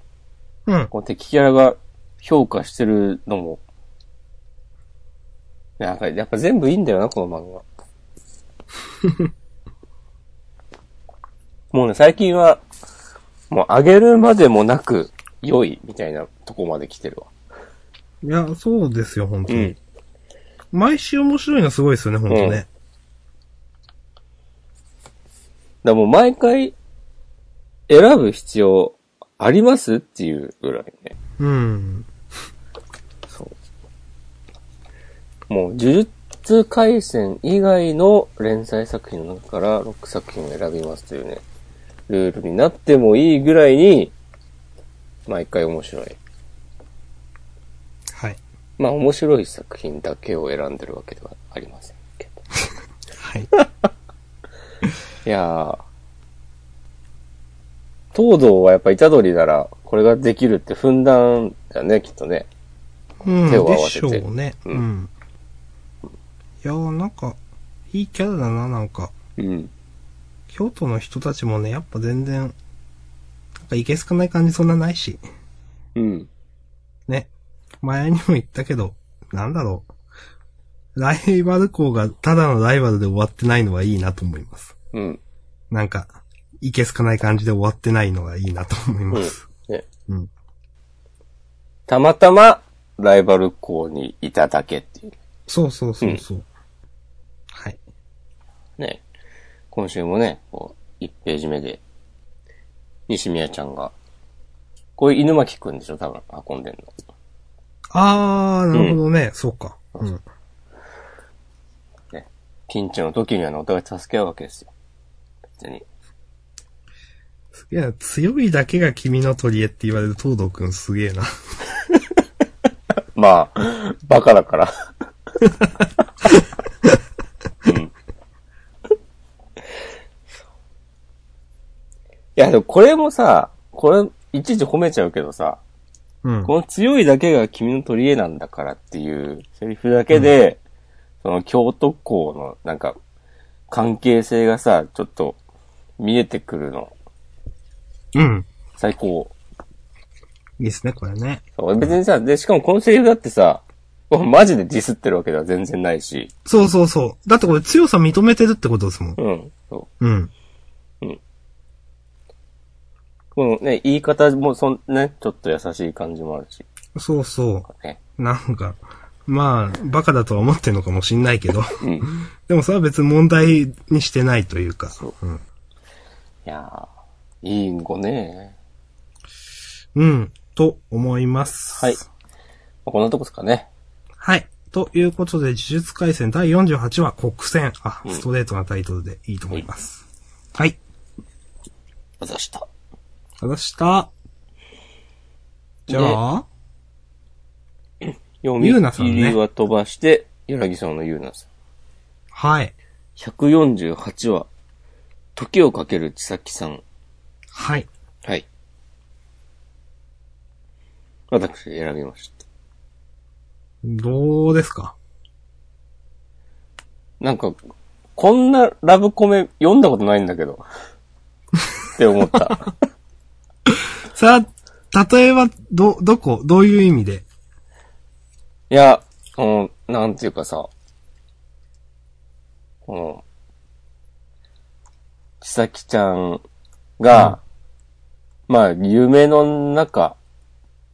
[SPEAKER 2] うん。
[SPEAKER 1] こう敵キャラが評価してるのも、なんか、やっぱ全部いいんだよな、この 漫画。もうね、最近は、もう上げるまでもなく、良い、みたいなとこまで来てるわ。
[SPEAKER 2] いや、そうですよ、本当
[SPEAKER 1] う
[SPEAKER 2] に。
[SPEAKER 1] ん。
[SPEAKER 2] 毎週面白いのすごいですよね、本当ね。
[SPEAKER 1] だからもう毎回、選ぶ必要ありますっていうぐらいね。
[SPEAKER 2] うん。
[SPEAKER 1] そう。もう、呪術回戦以外の連載作品の中から6作品を選びますというね、ルールになってもいいぐらいに、毎回面白い。
[SPEAKER 2] はい。
[SPEAKER 1] まあ、面白い作品だけを選んでるわけではありませんけど。
[SPEAKER 2] はい。
[SPEAKER 1] いやー、東堂はやっぱ虎杖なら、これができるって踏んだんだね、きっとね。
[SPEAKER 2] うん。
[SPEAKER 1] 手を合
[SPEAKER 2] で
[SPEAKER 1] わせ
[SPEAKER 2] してょうね。
[SPEAKER 1] う
[SPEAKER 2] うんん。いやー、なんか、いいキャラだな、なんか。
[SPEAKER 1] うん。
[SPEAKER 2] 京都の人たちもね、やっぱ全然、なんかいけすかない感じそんなないし。
[SPEAKER 1] うん。
[SPEAKER 2] ね。前にも言ったけど、なんだろう。ライバル校がただのライバルで終わってないのはいいなと思います。
[SPEAKER 1] うん。
[SPEAKER 2] なんか、いけすかない感じで終わってないのがいいなと思いま
[SPEAKER 1] うん
[SPEAKER 2] す。。
[SPEAKER 1] ね。
[SPEAKER 2] うん。
[SPEAKER 1] たまたま、ライバル校にいただけっていう。
[SPEAKER 2] そうそうそうそう。はい。
[SPEAKER 1] ね。今週もね、こう、1ページ目で、西宮ちゃんが、これ犬巻くんでしょ多分、運んでんの。
[SPEAKER 2] あー、なるほどね。そうか。うん。
[SPEAKER 1] ピンチの時にはね、お互い助け合うわけですよ。別に。
[SPEAKER 2] すげえな。強いだけが君の取り柄って言われる東堂くんすげえな。
[SPEAKER 1] まあ、バカだから。うん。いや、でもこれもさ、これ、いちいち褒めちゃうけどさ、
[SPEAKER 2] うん。
[SPEAKER 1] この強いだけが君の取り柄なんだからっていうセリフだけで、その京都校のなんか関係性がさ、ちょっと見えてくるの。
[SPEAKER 2] うん。
[SPEAKER 1] 最高。
[SPEAKER 2] いいですね、これね。
[SPEAKER 1] そう別にさ、で、しかもこのセリフだってさ、 もうマジでディスってるわけでは全然ないし。
[SPEAKER 2] そうそうそう。だってこれ強さ認めてるってことですもん。
[SPEAKER 1] うん。そ
[SPEAKER 2] うん。
[SPEAKER 1] うこのね、言い方もそんね、ちょっと優しい感じもあるし。
[SPEAKER 2] そうそう。
[SPEAKER 1] ね。
[SPEAKER 2] なんか、まあ、バカだとは思ってんのかもしんないけど、
[SPEAKER 1] うん。
[SPEAKER 2] でもそれは別に問題にしてないというか。
[SPEAKER 1] そう
[SPEAKER 2] うん。
[SPEAKER 1] いやー、いいんごね。
[SPEAKER 2] うん、と思います。
[SPEAKER 1] はい。こんなとこですかね。
[SPEAKER 2] はい。ということで、呪術回戦第48話、国戦。あ、
[SPEAKER 1] うん
[SPEAKER 2] ストレートなタイトルでいいと思います。はい。
[SPEAKER 1] またした。
[SPEAKER 2] ただした。じゃあ、
[SPEAKER 1] 読
[SPEAKER 2] ゆうなさんね
[SPEAKER 1] 入りは飛ばして、柳さんのゆうなさん。
[SPEAKER 2] はい。
[SPEAKER 1] 148話、時をかける千咲さん。
[SPEAKER 2] はい。
[SPEAKER 1] はい。私選びました。
[SPEAKER 2] どうですか
[SPEAKER 1] なんか、こんなラブコメ読んだことないんだけど。って思った。
[SPEAKER 2] さあ、例えば、ど、どこどういう意味で
[SPEAKER 1] いや、この、なんていうかさ、この、千咲ちゃんが、まあ、夢の中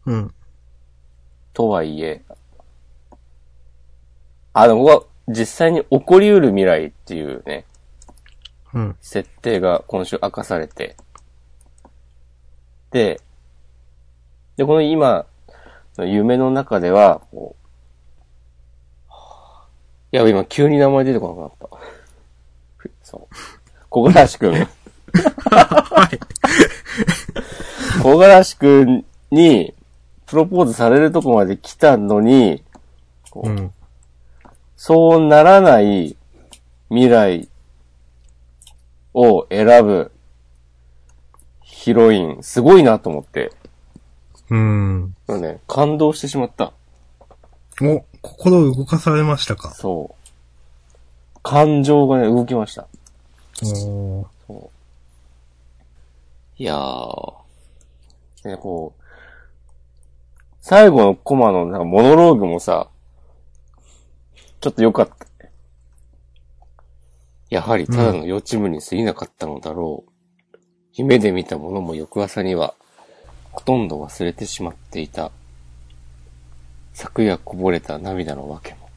[SPEAKER 2] うん。
[SPEAKER 1] とはいえ、あ、でも僕は実際に起こりうる未来っていうね、
[SPEAKER 2] うん。
[SPEAKER 1] 設定が今週明かされて、で、で、この今、夢の中では、こう、いや、今急に名前出てこなくなった。そう。小柄しくん。小柄しくんに、プロポーズされるとこまで来たのに、こう
[SPEAKER 2] うん。
[SPEAKER 1] そうならない未来を選ぶヒロイン、すごいなと思って、
[SPEAKER 2] うん。
[SPEAKER 1] もうね、感動してしまった。
[SPEAKER 2] お、心を動かされましたか
[SPEAKER 1] そう。感情がね、動きました。
[SPEAKER 2] おー
[SPEAKER 1] いやー。ね、こう、最後のコマのなんかモノローグもさ、ちょっと良かった。やはりただの予知夢に過ぎなかったのだろう。夢で見たものも翌朝には、ほとんど忘れてしまっていた。昨夜こぼれた涙のわけも。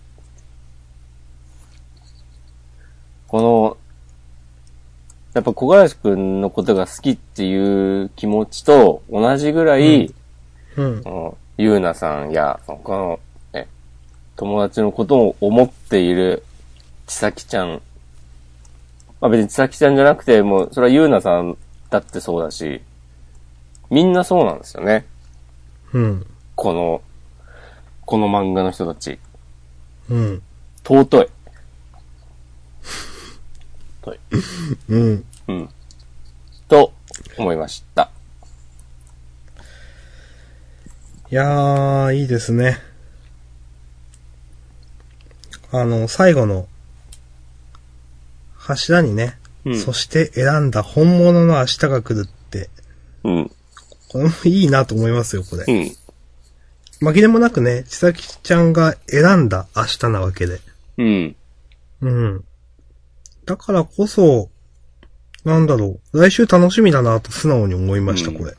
[SPEAKER 1] この、やっぱ小林くんのことが好きっていう気持ちと同じぐらい、
[SPEAKER 2] うん
[SPEAKER 1] そ。のゆうなさんや、他の、ね、友達のことを思っている、ちさきちゃん。まあ別にちさきちゃんじゃなくて、もう、それはゆうなさんだってそうだし、みんなそうなんですよね。
[SPEAKER 2] うん。
[SPEAKER 1] この、この漫画の人たち。
[SPEAKER 2] うん。
[SPEAKER 1] 尊い。
[SPEAKER 2] うん。
[SPEAKER 1] うん。と、思いました。
[SPEAKER 2] いやー、いいですね。あの、最後の、柱にね、
[SPEAKER 1] うん。
[SPEAKER 2] そして選んだ本物の明日が来るって、
[SPEAKER 1] うん。
[SPEAKER 2] これもいいなと思いますよ、これ
[SPEAKER 1] う。ん。
[SPEAKER 2] 紛れもなくね、ちさきちゃんが選んだ明日なわけで。
[SPEAKER 1] うん。
[SPEAKER 2] うん。だからこそ、なんだろう、来週楽しみだなと素直に思いまし
[SPEAKER 1] う
[SPEAKER 2] た、
[SPEAKER 1] ん
[SPEAKER 2] これ。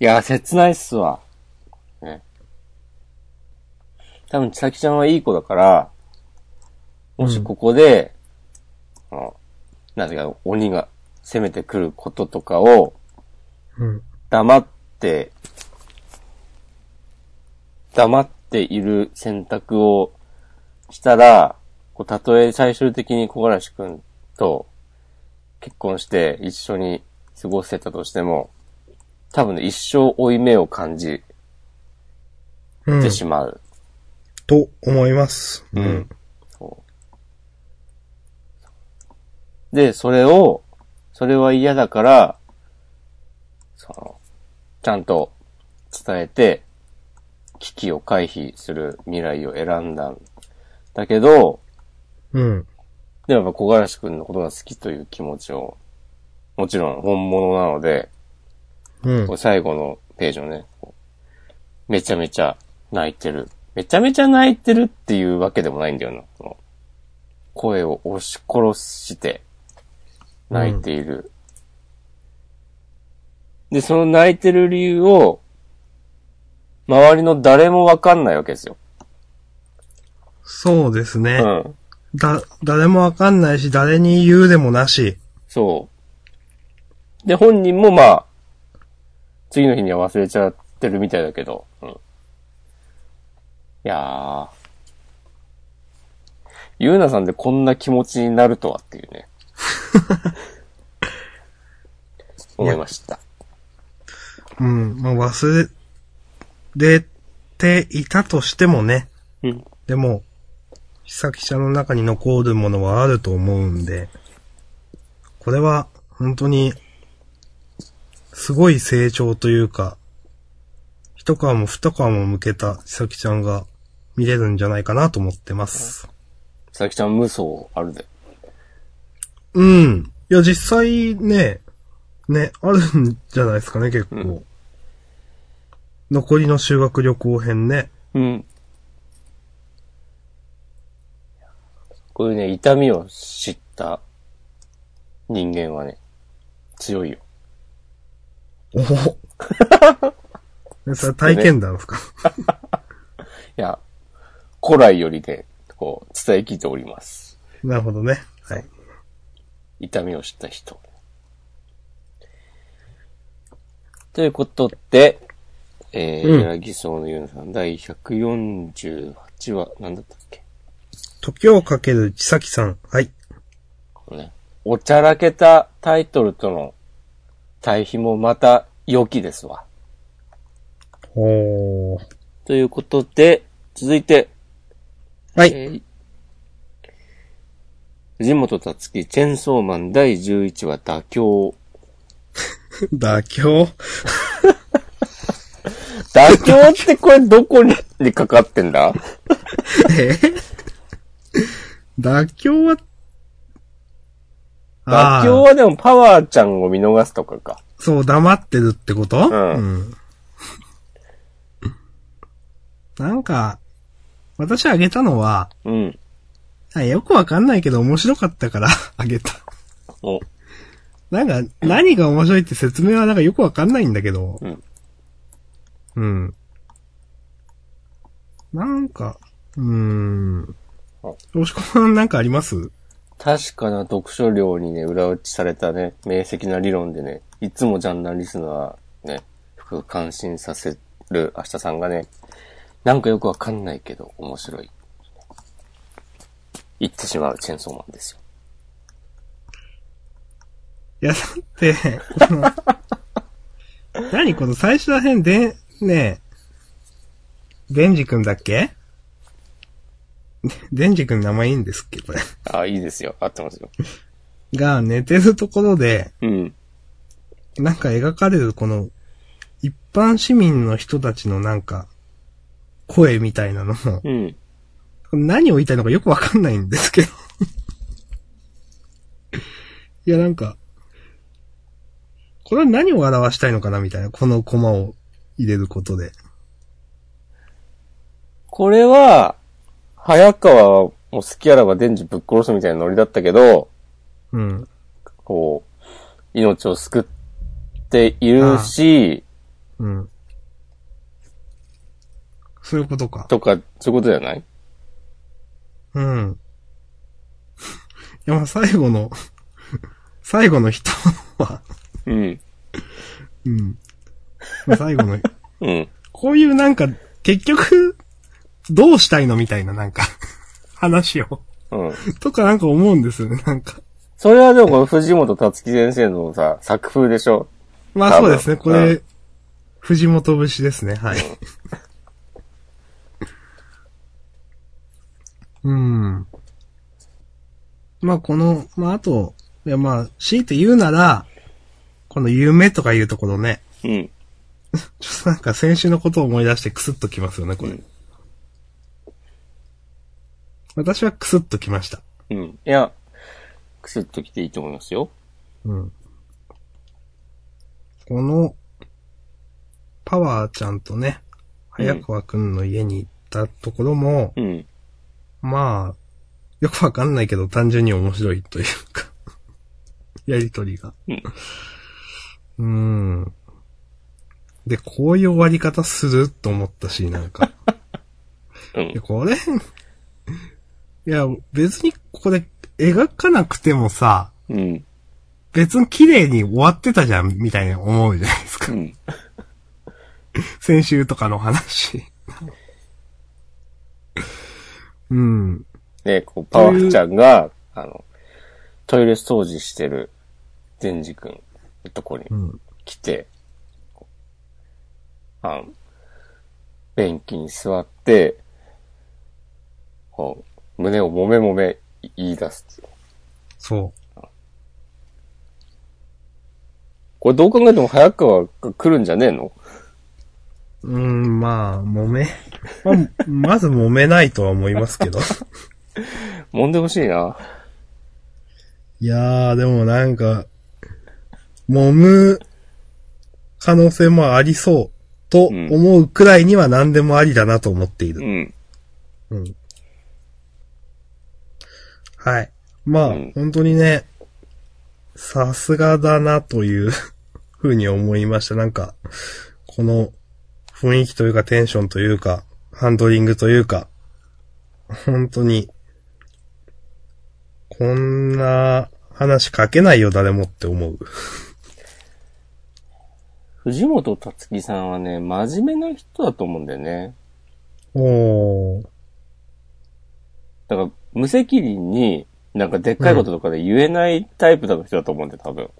[SPEAKER 1] いやー、切ないっすわ。ね。多分、ちさきちゃんはいい子だから、もしここで、あのなんていうか、鬼が攻めてくることとかを、
[SPEAKER 2] うん。
[SPEAKER 1] 黙って、黙っている選択をしたら、こうたとえ最終的に小嵐くんと結婚して一緒に過ごせたとしても、多分ね、一生負い目を感じ
[SPEAKER 2] うん
[SPEAKER 1] て。しまう。
[SPEAKER 2] と思います。う。
[SPEAKER 1] そう。で、それを、それは嫌だから、その、ちゃんと伝えて、危機を回避する未来を選んだんだけど、
[SPEAKER 2] うん。
[SPEAKER 1] でもやっぱ小柄くんのことが好きという気持ちを、もちろん本物なので、
[SPEAKER 2] うん
[SPEAKER 1] こ。れ最後のページをね、こうめちゃめちゃ泣いてる。めちゃめちゃ泣いてるっていうわけでもないんだよな。この声を押し殺して泣いている。で、その泣いてる理由を、周りの誰もわかんないわけですよ。
[SPEAKER 2] そうです
[SPEAKER 1] う
[SPEAKER 2] ね。
[SPEAKER 1] ん。
[SPEAKER 2] だ、誰もわかんないし、誰に言うでもなし。
[SPEAKER 1] そう。で、本人もまあ、次の日には忘れちゃってるみたいだけど、うん。いやー。ゆうなさんでこんな気持ちになるとはって いうね。思いました。
[SPEAKER 2] うん。まあ、忘れていたとしてもね。
[SPEAKER 1] うん。
[SPEAKER 2] でも、ひさきちゃんの中に残るものはあると思うんで、これは本当に、すごい成長というか、一皮も二皮も向けたひさきちゃんが見れるんじゃないかなと思ってます。
[SPEAKER 1] さきちゃん無双あるで。
[SPEAKER 2] うん。いや、実際ね、ね、あるんじゃないですかね、結構。
[SPEAKER 1] うん
[SPEAKER 2] 残りの修学旅行編ね。
[SPEAKER 1] うん。こういうね、痛みを知った人間はね、強いよ。
[SPEAKER 2] おほそれ体験談ですか
[SPEAKER 1] いや、古来よりね、こう、伝え聞いております。
[SPEAKER 2] なるほどね。はい。
[SPEAKER 1] 痛みを知った人。ということで、えー、
[SPEAKER 2] うん
[SPEAKER 1] 柳荘のゆうなさん、第148話、なんだったっけ
[SPEAKER 2] 時をかけるちさきさん。はい。
[SPEAKER 1] このね、おちゃらけたタイトルとの対比もまた良きですわ。
[SPEAKER 2] おー。
[SPEAKER 1] ということで、続いて、
[SPEAKER 2] はい。
[SPEAKER 1] えー藤本つきチェンソーマン第11話妥協。
[SPEAKER 2] 妥協
[SPEAKER 1] 妥協ってこれどこににかかってんだ
[SPEAKER 2] え妥協は、あ
[SPEAKER 1] 妥協
[SPEAKER 2] あ、
[SPEAKER 1] はでもパワーちゃんを見逃すとかか。
[SPEAKER 2] そう、黙ってるってこと
[SPEAKER 1] うん
[SPEAKER 2] んなんか、私あげたのは、
[SPEAKER 1] うん。
[SPEAKER 2] あよくわかんないけど面白かったからあげた。
[SPEAKER 1] お、
[SPEAKER 2] なんか、何が面白いって説明はなんかよくわかんないんだけど。
[SPEAKER 1] うん。
[SPEAKER 2] うん。なんか、うーん。
[SPEAKER 1] あ
[SPEAKER 2] 押し込まんなんかあります
[SPEAKER 1] 確かな読書量にね、裏打ちされたね、明晰な理論でね、いつもジャンナリスナーね、深く感心させる明日さんがね、なんかよくわかんないけど面白い。言ってしまうチェンソーマンですよ。
[SPEAKER 2] いや、だって、 この何この最初らへんで、ねえ、デンジ君だっけでデンジ君名前いいんですっけこれ。
[SPEAKER 1] あ、いいですよ。合ってますよ。
[SPEAKER 2] が、寝てるところで、
[SPEAKER 1] うん。
[SPEAKER 2] なんか描かれるこの、一般市民の人たちのなんか、声みたいなのも、
[SPEAKER 1] うん。
[SPEAKER 2] 何を言いたいのかよくわかんないんですけど。 いや、なんか、これは何を表したいのかなみたいな、このコマを入れることで。
[SPEAKER 1] これは、早川も好きあらばデンジぶっ殺すみたいなノリだったけど、
[SPEAKER 2] うん。
[SPEAKER 1] こう、命を救っているし、
[SPEAKER 2] うん。そういうことか。
[SPEAKER 1] とか、そういうことじゃない
[SPEAKER 2] うん。 いや、まあ最後の、 最後の人は、
[SPEAKER 1] うん。
[SPEAKER 2] うん。まあ最 後の、
[SPEAKER 1] うん。
[SPEAKER 2] こういうなんか、結局、どうしたいのみたいな、なんか、 話を。
[SPEAKER 1] うん。
[SPEAKER 2] とかなんか思うんですよね、なんか。
[SPEAKER 1] それはでもこの藤本達樹先生のさ、作風でしょ
[SPEAKER 2] まあ
[SPEAKER 1] 多
[SPEAKER 2] そ
[SPEAKER 1] 分
[SPEAKER 2] うですね、こ
[SPEAKER 1] う
[SPEAKER 2] れ、藤本節ですね、はい。 うん。まあこの、まああと、いやまあ、強いて言うなら、この夢とかいうところね、
[SPEAKER 1] うん。
[SPEAKER 2] ちょっとなんか先週のことを思い出してクスッときますよね、これ。
[SPEAKER 1] うん
[SPEAKER 2] 私はクスッときました。
[SPEAKER 1] うん。いや、くすっときていいと思いますよ。
[SPEAKER 2] うん。この、パワーちゃんとね、
[SPEAKER 1] うん
[SPEAKER 2] 早川くんの家に行ったところも、
[SPEAKER 1] うん。
[SPEAKER 2] まあ、よくわかんないけど単純に面白いというか、 やりとりが。うん。ん。で、こういう終わり方すると思ったし、なんか。
[SPEAKER 1] う
[SPEAKER 2] い
[SPEAKER 1] ん。
[SPEAKER 2] や、これ、いや、別にこれ描かなくてもさ、
[SPEAKER 1] うん。
[SPEAKER 2] 別に綺麗に終わってたじゃん、みたいに思うじゃないですか
[SPEAKER 1] う。ん。
[SPEAKER 2] 先週とかの話。うん。
[SPEAKER 1] で、こう、パワーちゃんが、あの、トイレ掃除してる、デンジ君のとこに
[SPEAKER 2] うん。
[SPEAKER 1] 来て、こうあの、便器に座って、こう、胸をもめもめ言い出すっていう。
[SPEAKER 2] そう。
[SPEAKER 1] これどう考えても早川が来るんじゃねえの
[SPEAKER 2] うん、まあ、揉め。 まあ、まず揉めないとは思いますけど。
[SPEAKER 1] 揉んでほしいな。
[SPEAKER 2] いやー、でもなんか、揉む可能性もありそうと思うくらいには何でもありだなと思っていうる。
[SPEAKER 1] ん。
[SPEAKER 2] うん。はい。まあ、
[SPEAKER 1] うん
[SPEAKER 2] 本当にね、さすがだなという ふうに思いました。なんか、この雰囲気というかテンションというか、ハンドリングというか、本当に、こんな話書けないよ、誰もって思う。
[SPEAKER 1] 藤本達樹さんはね、真面目な人だと思うんだよね。
[SPEAKER 2] おー。
[SPEAKER 1] だから、無責任に、なんかでっかいこととかで言えないタイプの人だと思うんだよ、多分。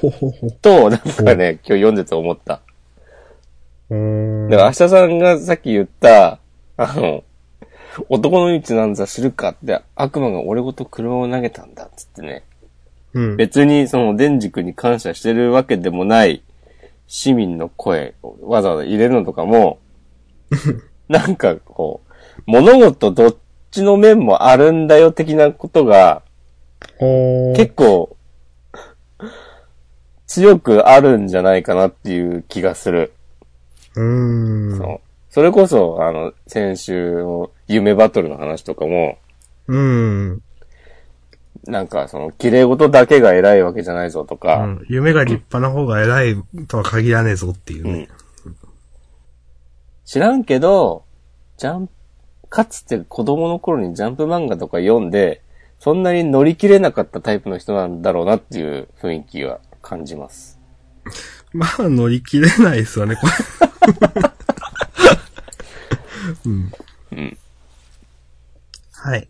[SPEAKER 2] ほほほほ。
[SPEAKER 1] と、なんかね、今日読んでて思った。
[SPEAKER 2] うーん。
[SPEAKER 1] だから、明日さんがさっき言った、あの、男の道なんざ知るかって、悪魔が俺ごと車を投げたんだ、つってね。
[SPEAKER 2] うん。
[SPEAKER 1] 別にその電軸に感謝してるわけでもない市民の声をわざわざ入れるのとかも、なんかこう、物事どっちの面もあるんだよ的なことが
[SPEAKER 2] おー
[SPEAKER 1] 結構強くあるんじゃないかなっていう気がする。
[SPEAKER 2] うーん。
[SPEAKER 1] そうそれこそあの先週の夢バトルの話とかも、
[SPEAKER 2] うん。
[SPEAKER 1] なんかその綺麗事だけが偉いわけじゃないぞと
[SPEAKER 2] う
[SPEAKER 1] か、
[SPEAKER 2] ん夢が立派な方が偉いとは限らねえぞっていうね。
[SPEAKER 1] 知らんけど、ジャンプ、かつて子供の頃にジャンプ漫画とか読んで、そんなに乗り切れなかったタイプの人なんだろうなっていう雰囲気は感じます。
[SPEAKER 2] まあ乗り切れないですよ ね、これ。うん。
[SPEAKER 1] うん。
[SPEAKER 2] はい。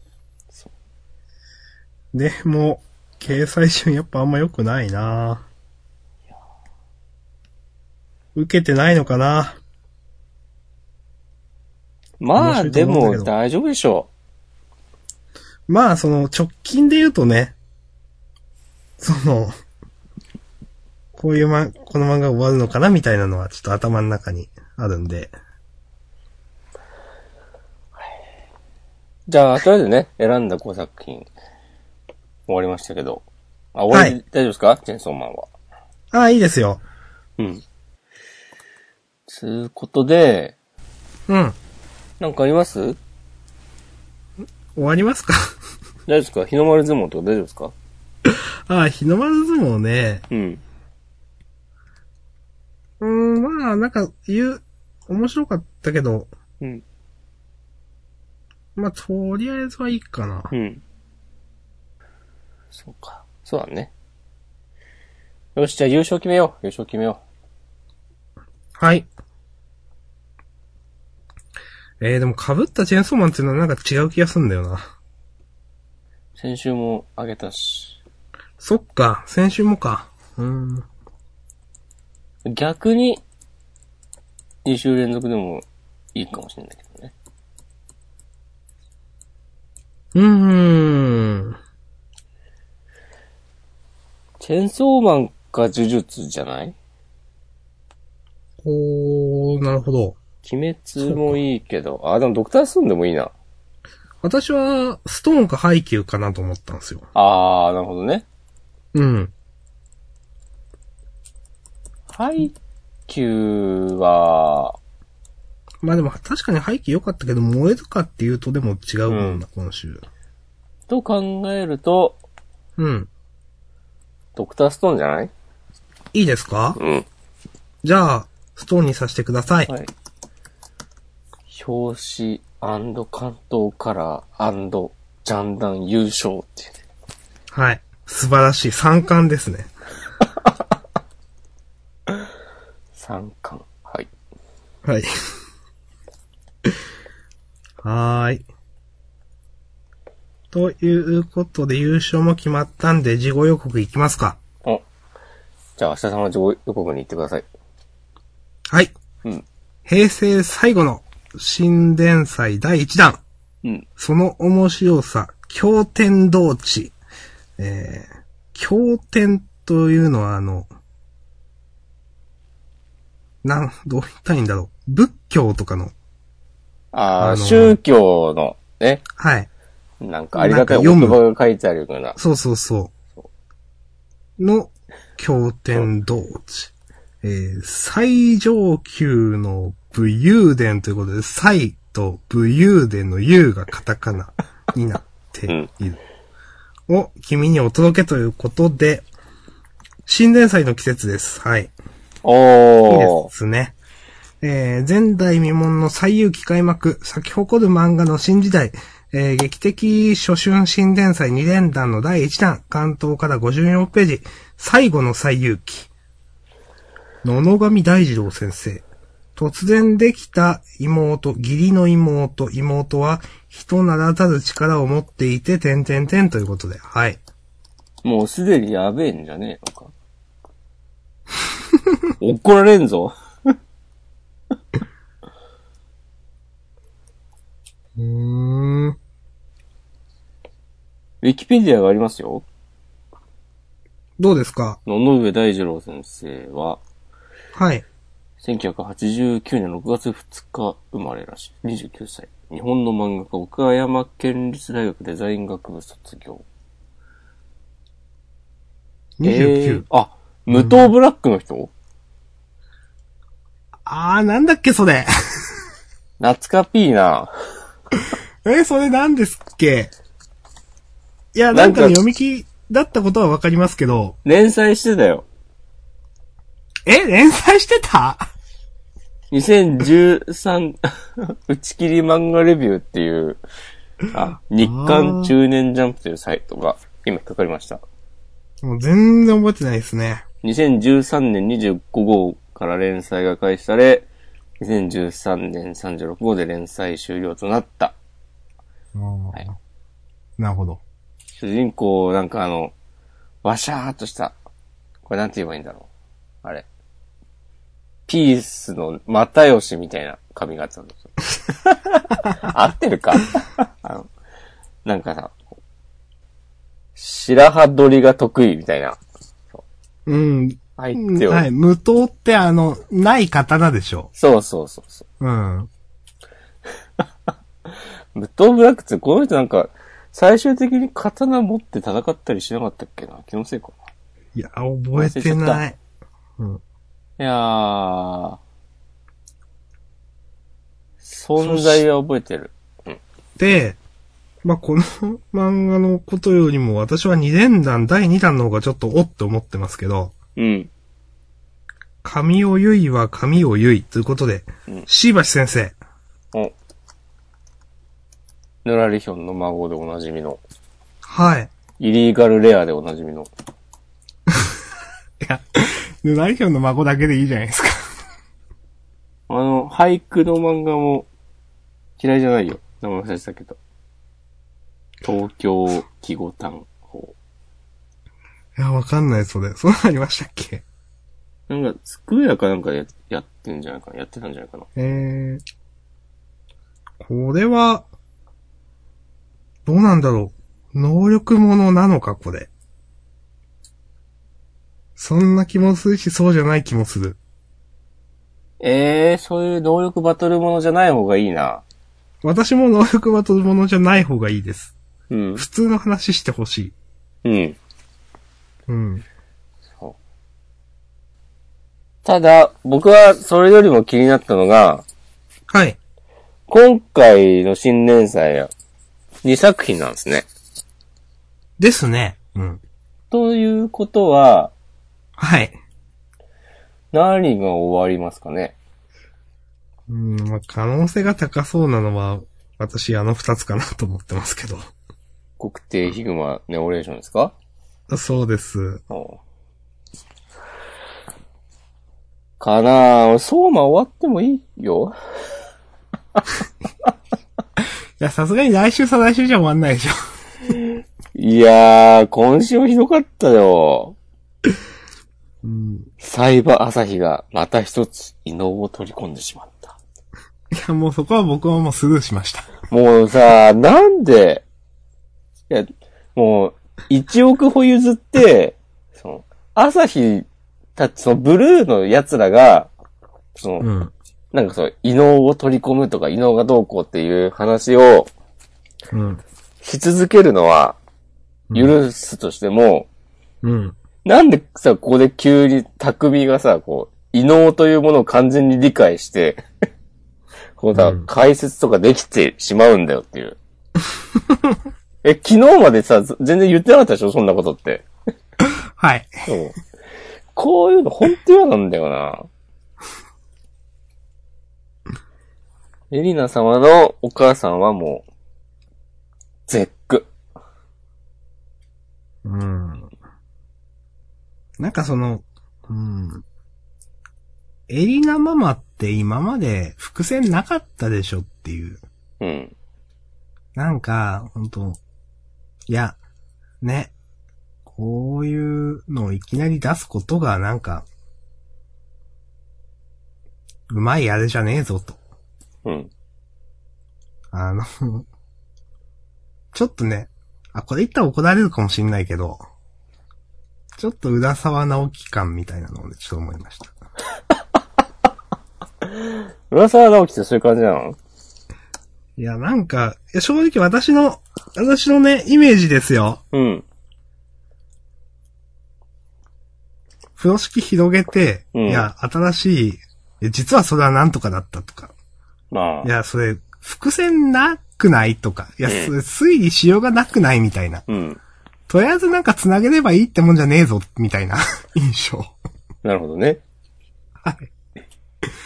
[SPEAKER 2] でも、掲載順やっぱあんま良くないな受けてないのかな
[SPEAKER 1] まあ、
[SPEAKER 2] 面白い
[SPEAKER 1] で
[SPEAKER 2] と思うんだけ
[SPEAKER 1] も
[SPEAKER 2] ど
[SPEAKER 1] 大丈夫でしょ
[SPEAKER 2] まあ、その、直近で言うとね、その、こういうま、この漫画終わるのかなみたいなのはちょっと頭の中にあるんで。
[SPEAKER 1] う。じゃあ、とりあえずね、選んだ5作品、終わりましたけど。あ、終わり、
[SPEAKER 2] はい
[SPEAKER 1] 大丈夫ですかチェンソーマンは。
[SPEAKER 2] ああ、いいですよ。
[SPEAKER 1] うん。つうことで、
[SPEAKER 2] うん。
[SPEAKER 1] なんかあります大丈
[SPEAKER 2] 終わりますか
[SPEAKER 1] 夫ですか日の丸相撲とか大丈夫ですか
[SPEAKER 2] ああ、日の丸相撲ね。
[SPEAKER 1] うん。
[SPEAKER 2] うーん、まあ、なんか、言う、面白かったけど、
[SPEAKER 1] うん。
[SPEAKER 2] まあ、とりあえずはいいかな。
[SPEAKER 1] うん。そうか。そうだね。よし、じゃあ優勝決めよう。優勝決めよ
[SPEAKER 2] はい。えー、でも被ったチェーンソーマンっていうのはなんか違う気がすんだよな。
[SPEAKER 1] う。先週もあげたし。
[SPEAKER 2] そっか、先週もか。うーん。
[SPEAKER 1] 逆に、2週連続でもいいかもしれないけどね。
[SPEAKER 2] うーん。
[SPEAKER 1] チェンソーマンか呪術じゃない
[SPEAKER 2] おー、なるほど。
[SPEAKER 1] 鬼滅もいいけど、あ、でもドクターストーンでもいいな。
[SPEAKER 2] 私は、ストーンかハイキューかなと思ったんですよ。
[SPEAKER 1] あー、なるほどね。
[SPEAKER 2] うん。
[SPEAKER 1] ハイキューは、
[SPEAKER 2] まあでも、確かにハイキュー良かったけど、燃えるかっていうとでも違うもんな、今週。
[SPEAKER 1] と考えると、
[SPEAKER 2] うん。
[SPEAKER 1] ドクターストーンじゃない
[SPEAKER 2] いいですか
[SPEAKER 1] うん。
[SPEAKER 2] じゃあ、ストーンにさせてください。
[SPEAKER 1] はい。表紙関東カラージャンダン優勝っていうね
[SPEAKER 2] はい。素晴らしい。三冠ですね。
[SPEAKER 1] 三冠。はい。
[SPEAKER 2] はい。はーい。ということで、優勝も決まったんで、事後予告いきますか。
[SPEAKER 1] お。じゃあ明日様の上位予告に行ってください。
[SPEAKER 2] はい。
[SPEAKER 1] うん。
[SPEAKER 2] 平成最後の新伝祭第1弾。
[SPEAKER 1] うん。
[SPEAKER 2] その面白さ、経典同地。えー、経典というのはあの、なん、どう言ったらいいんだろう。仏教とかの、
[SPEAKER 1] あー、
[SPEAKER 2] あのー
[SPEAKER 1] 宗教のね、
[SPEAKER 2] はい。
[SPEAKER 1] なんかありがたいお言葉が書いてあるような。
[SPEAKER 2] そうそうそう。の、経典同地。えー、最上級の武勇伝ということで、最と武勇伝の勇がカタカナになっている。を、君にお届けということで、新年祭の季節です。はい。いい
[SPEAKER 1] お
[SPEAKER 2] で
[SPEAKER 1] ー。
[SPEAKER 2] すね。えー前代未聞の最有機開幕、咲き誇る漫画の新時代、えー劇的初春新連載2連弾の第1弾、関東から54ページ、最後の最有機。野々上大二郎先生。突然できた妹、義理の妹、妹は人ならざる力を持っていて、てんてんてんということで、はい。
[SPEAKER 1] もうすでにやべえんじゃねえのか。 怒られんぞ。
[SPEAKER 2] うーん。
[SPEAKER 1] ウィキペディアがありますよ。
[SPEAKER 2] どうですか
[SPEAKER 1] 野々上大二郎先生は、
[SPEAKER 2] はい。
[SPEAKER 1] 1989年6月2日生まれらしい。29歳。日本の漫画家、岡山県立大学デザイン学部卒業。えー
[SPEAKER 2] 29。
[SPEAKER 1] あ、無糖ブラックの人、
[SPEAKER 2] あー、なんだっけ、それ。
[SPEAKER 1] 懐かピーな。
[SPEAKER 2] え、それなんですっけいや、
[SPEAKER 1] な
[SPEAKER 2] なんん
[SPEAKER 1] か
[SPEAKER 2] かの読み切りだったことはわかりますけど、
[SPEAKER 1] 連載してたよ。
[SPEAKER 2] え、連載してた
[SPEAKER 1] 2013 打ち切り漫画レビューっていう、あ、日刊中年ジャンプというサイトが今引っかかりました。
[SPEAKER 2] もう全然覚えてないですね。
[SPEAKER 1] 2013年25号から連載が開始され、2013年36号で連載終了となった。い
[SPEAKER 2] なるほど。
[SPEAKER 1] 主人公、なんかあの、わしゃーっとした。これなんて言えばいいんだろう。あれ。ピースの又吉みたいな髪型の。 合ってるかあの、なんかさ、白羽取りが得意みたいな。
[SPEAKER 2] うん。
[SPEAKER 1] 入ってよ。
[SPEAKER 2] はい。無刀ってあの、ない刀でしょ。
[SPEAKER 1] そうそうそうそう。
[SPEAKER 2] うん。
[SPEAKER 1] 武闘ブラックってこの人なんか、最終的に刀持って戦ったりしなかったっけな気のせいか
[SPEAKER 2] いや、覚えて
[SPEAKER 1] 忘れちゃ
[SPEAKER 2] ない。うん。
[SPEAKER 1] な。いやー。存在は覚えてる。
[SPEAKER 2] で、まあ、この漫画のことよりも私は2連弾、第2弾の方がちょっとおって思ってますけど、
[SPEAKER 1] うん。
[SPEAKER 2] 神尾結衣は神尾結衣ということで
[SPEAKER 1] うん、
[SPEAKER 2] 椎橋先生。
[SPEAKER 1] お。ぬらりひょんの孫でおなじみの、
[SPEAKER 2] はい。
[SPEAKER 1] イリーガルレアでおなじみの。
[SPEAKER 2] いや、ヌナリヒョンの孫だけでいいじゃないですか。
[SPEAKER 1] あの、俳句の漫画も嫌いじゃないよ。名前忘れてたけど。東京記号単法。
[SPEAKER 2] いや、わかんない、それ。そんなのありましたっけ
[SPEAKER 1] なんか、スクエアかなんかややってんじゃないかな。やってたんじゃないかな。
[SPEAKER 2] えー、これは、どうなんだろう。能力者なのか、これ。そんな気もするし、そうじゃない気もする。
[SPEAKER 1] ええー、そういう能力バトルものじゃない方がいいな。
[SPEAKER 2] 私も能力はとるものじゃない方がいいです。
[SPEAKER 1] うん。
[SPEAKER 2] 普通の話してほし
[SPEAKER 1] う
[SPEAKER 2] い。
[SPEAKER 1] ん。
[SPEAKER 2] うん。
[SPEAKER 1] そう。ただ、僕はそれよりも気になったのが、
[SPEAKER 2] はい。
[SPEAKER 1] 今回の新連載は2作品なんですね。
[SPEAKER 2] ですね。うん。
[SPEAKER 1] ということは、
[SPEAKER 2] はい。
[SPEAKER 1] 何が終わりますかね
[SPEAKER 2] うん、まあ、可能性が高そうなのは、私、あの二つかなと思ってますけど。
[SPEAKER 1] 国定ヒグマネオレーションですか
[SPEAKER 2] そうです。
[SPEAKER 1] うんかなぁ、俺、相馬終わってもいいよ。
[SPEAKER 2] いや、さすがに来週再来週じゃ終わんないでしょ。
[SPEAKER 1] いやー、今週もひどかったよ。
[SPEAKER 2] うん。い
[SPEAKER 1] サイバー朝日がまた一つ異能を取り込んでしまった。
[SPEAKER 2] や、もうそこは僕はもうスルーしました。
[SPEAKER 1] もうさ、なんで、いや、もう、1億歩譲って、その、朝日たち、そのブルーの奴らが、その、
[SPEAKER 2] うん。
[SPEAKER 1] なんかその、異能を取り込むとか、異能がどうこうっていう話を
[SPEAKER 2] うん。
[SPEAKER 1] し続けるのは、許すとしても、
[SPEAKER 2] うん。
[SPEAKER 1] なんでさ、ここで急に匠がさ、こう、異能というものを完全に理解して、 こうさ、
[SPEAKER 2] うん
[SPEAKER 1] 解説とかできてしまうんだよっていう。 え、昨日までさ、ず全然言ってなかったでしょそんなことって。
[SPEAKER 2] はい。
[SPEAKER 1] そう。こういうの本当嫌なんだよな。エリナ様のお母さんはもう、絶句。
[SPEAKER 2] うん。なんかその、うん。エリナママって今まで伏線なかったでしょっていう。
[SPEAKER 1] うん。
[SPEAKER 2] なんか、ほんと、いや、ね、こういうのをいきなり出すことがなんか、うまいあれじゃねえぞと。
[SPEAKER 1] うん。
[SPEAKER 2] あの、ちょっとね、あ、これ言ったら怒られるかもしんないけど、ちょっと宇田沢直樹感みたいなのをね、ちょっと思いました。
[SPEAKER 1] 浦沢直樹ってそういう感じなの
[SPEAKER 2] いや、なんか、いや正直私の、私のね、イメージですよ。
[SPEAKER 1] うん。
[SPEAKER 2] 風呂敷広げて、
[SPEAKER 1] うん
[SPEAKER 2] いや、新しいいや、実はそれはなんとかだったとか、
[SPEAKER 1] まあ
[SPEAKER 2] い。や、それ、伏線なくないとか、いや、それ推理しようがなくないみたいな。
[SPEAKER 1] うん。
[SPEAKER 2] とりあえずなんか繋げればいいってもんじゃねえぞ、みたいな 印象。
[SPEAKER 1] なるほどね。
[SPEAKER 2] はい。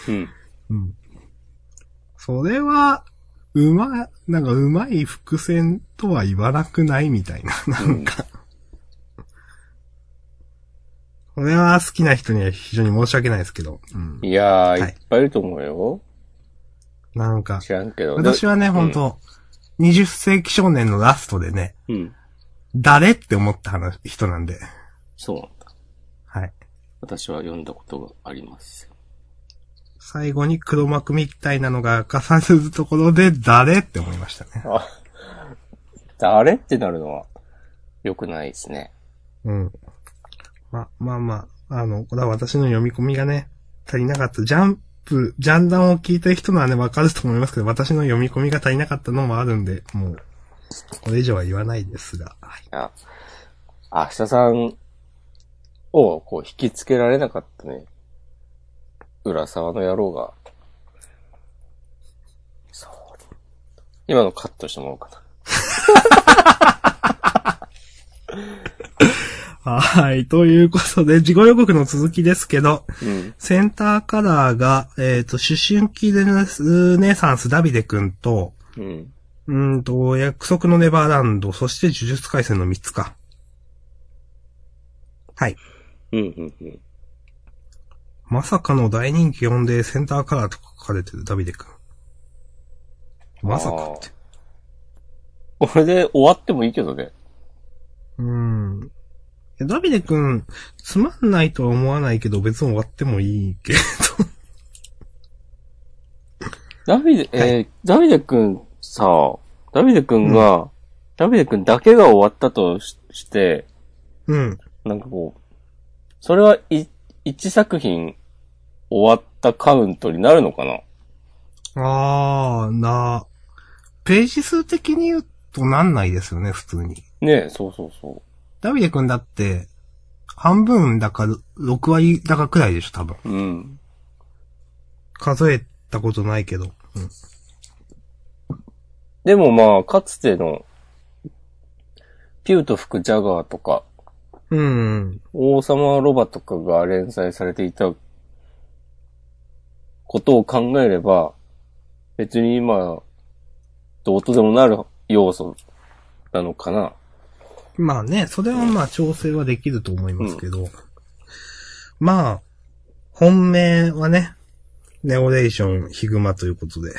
[SPEAKER 1] うん。
[SPEAKER 2] うん。それは、うま、なんかうまい伏線とは言わなくないみたいな。なん か、これは好きな人には非常に申し訳ないですけど。うん。
[SPEAKER 1] いやー、
[SPEAKER 2] い
[SPEAKER 1] いっぱいいると思うよ。
[SPEAKER 2] なんか、
[SPEAKER 1] 知らんけど。
[SPEAKER 2] 私はね、本当、20世紀少年のラストでね、
[SPEAKER 1] うん。うん。
[SPEAKER 2] 誰って思った話人なんで。
[SPEAKER 1] そうなんだ。
[SPEAKER 2] はい。
[SPEAKER 1] 私は読んだことがあります。
[SPEAKER 2] 最後に黒幕みたいなのが明かされるところで、誰って思いましたね。
[SPEAKER 1] あ、誰ってなるのは、良くないですね。
[SPEAKER 2] うん。ま、まあまあ、あの、これは私の読み込みがね、足りなかった。ジャンプ、ジャンダンを聞いた人ならね、わかると思いますけど、私の読み込みが足りなかったのもあるんで、もう、これ以上は言わないですが。はい。
[SPEAKER 1] あ、明日さんをこう引きつけられなかったね。浦沢の野郎が。そう。今のカットしてもらおうかな。
[SPEAKER 2] はい。ということで、事後予告の続きですけど、
[SPEAKER 1] うん。
[SPEAKER 2] センターカラーが、えっ、と、思春期ルネサンスダビデ君と、
[SPEAKER 1] うん。
[SPEAKER 2] うーんと、約束のネバーランド、そして呪術回戦の3つか。はい。
[SPEAKER 1] うん、うん、うん。
[SPEAKER 2] まさかの大人気4でセンターカラーと書かれてるダビデ君。まさかって。
[SPEAKER 1] これで終わってもいいけどね。
[SPEAKER 2] うーん。ダビデ君、つまんないとは思わないけど、別に終わってもいいけど。
[SPEAKER 1] ダビデ、えーダビデくんさ、ダビデくんが、ダビデくんだけが終わったとしして、
[SPEAKER 2] うん。
[SPEAKER 1] なんかこう、それはい、一作品終わったカウントになるのかな
[SPEAKER 2] あー、なページ数的に言うとなんないですよね、普通に。
[SPEAKER 1] ねえ、そうそうそ
[SPEAKER 2] ダビデ君だって、半分だか、6割だかくらいでしょ、多分。
[SPEAKER 1] う。うん。
[SPEAKER 2] 数えたことないけど。うん。
[SPEAKER 1] でもまあ、かつての、ピューと吹くジャガーとか、
[SPEAKER 2] うん。
[SPEAKER 1] 王様ロバとかが連載されていたことを考えれば、別に今、どうとでもなる要素なのかな。
[SPEAKER 2] まあね、それはまあ調整はできると思いますけど。まあ、本命はね、ネオレーション、ヒグマということで。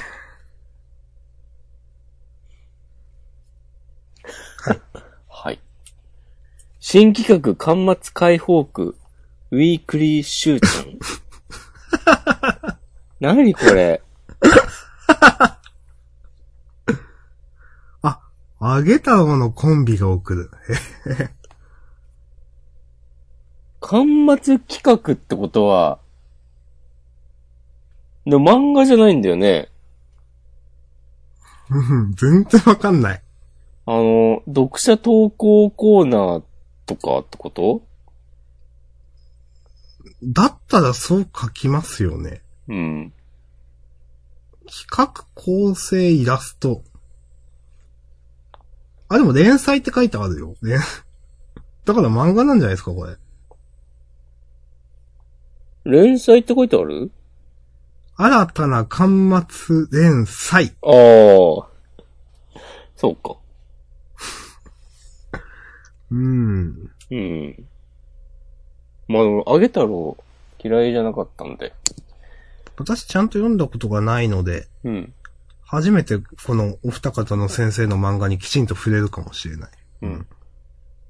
[SPEAKER 1] はい。新企画、端末解放区、ウィークリーシ ューティング。何これ
[SPEAKER 2] あ、あげた方のコンビが送る。 え
[SPEAKER 1] 端末企画ってことは、でも漫画じゃないんだよね。
[SPEAKER 2] うん全然わかんない。
[SPEAKER 1] あの、読者投稿コーナーとかってこと
[SPEAKER 2] だったらそう書きますよね。
[SPEAKER 1] うん。
[SPEAKER 2] 企画構成イラスト。あ、でも連載って書いてあるよ。ね。 だから漫画なんじゃないですか、これ。
[SPEAKER 1] 連載って書いてある
[SPEAKER 2] 新たな端末連載。
[SPEAKER 1] ああ。そうか。
[SPEAKER 2] うん。
[SPEAKER 1] うん。まあでも、あげ太郎嫌いじゃなかったんで。
[SPEAKER 2] 私ちゃんと読んだことがないので、
[SPEAKER 1] うん。
[SPEAKER 2] 初めてこのお二方の先生の漫画にきちんと触れるかもしれない。
[SPEAKER 1] うん。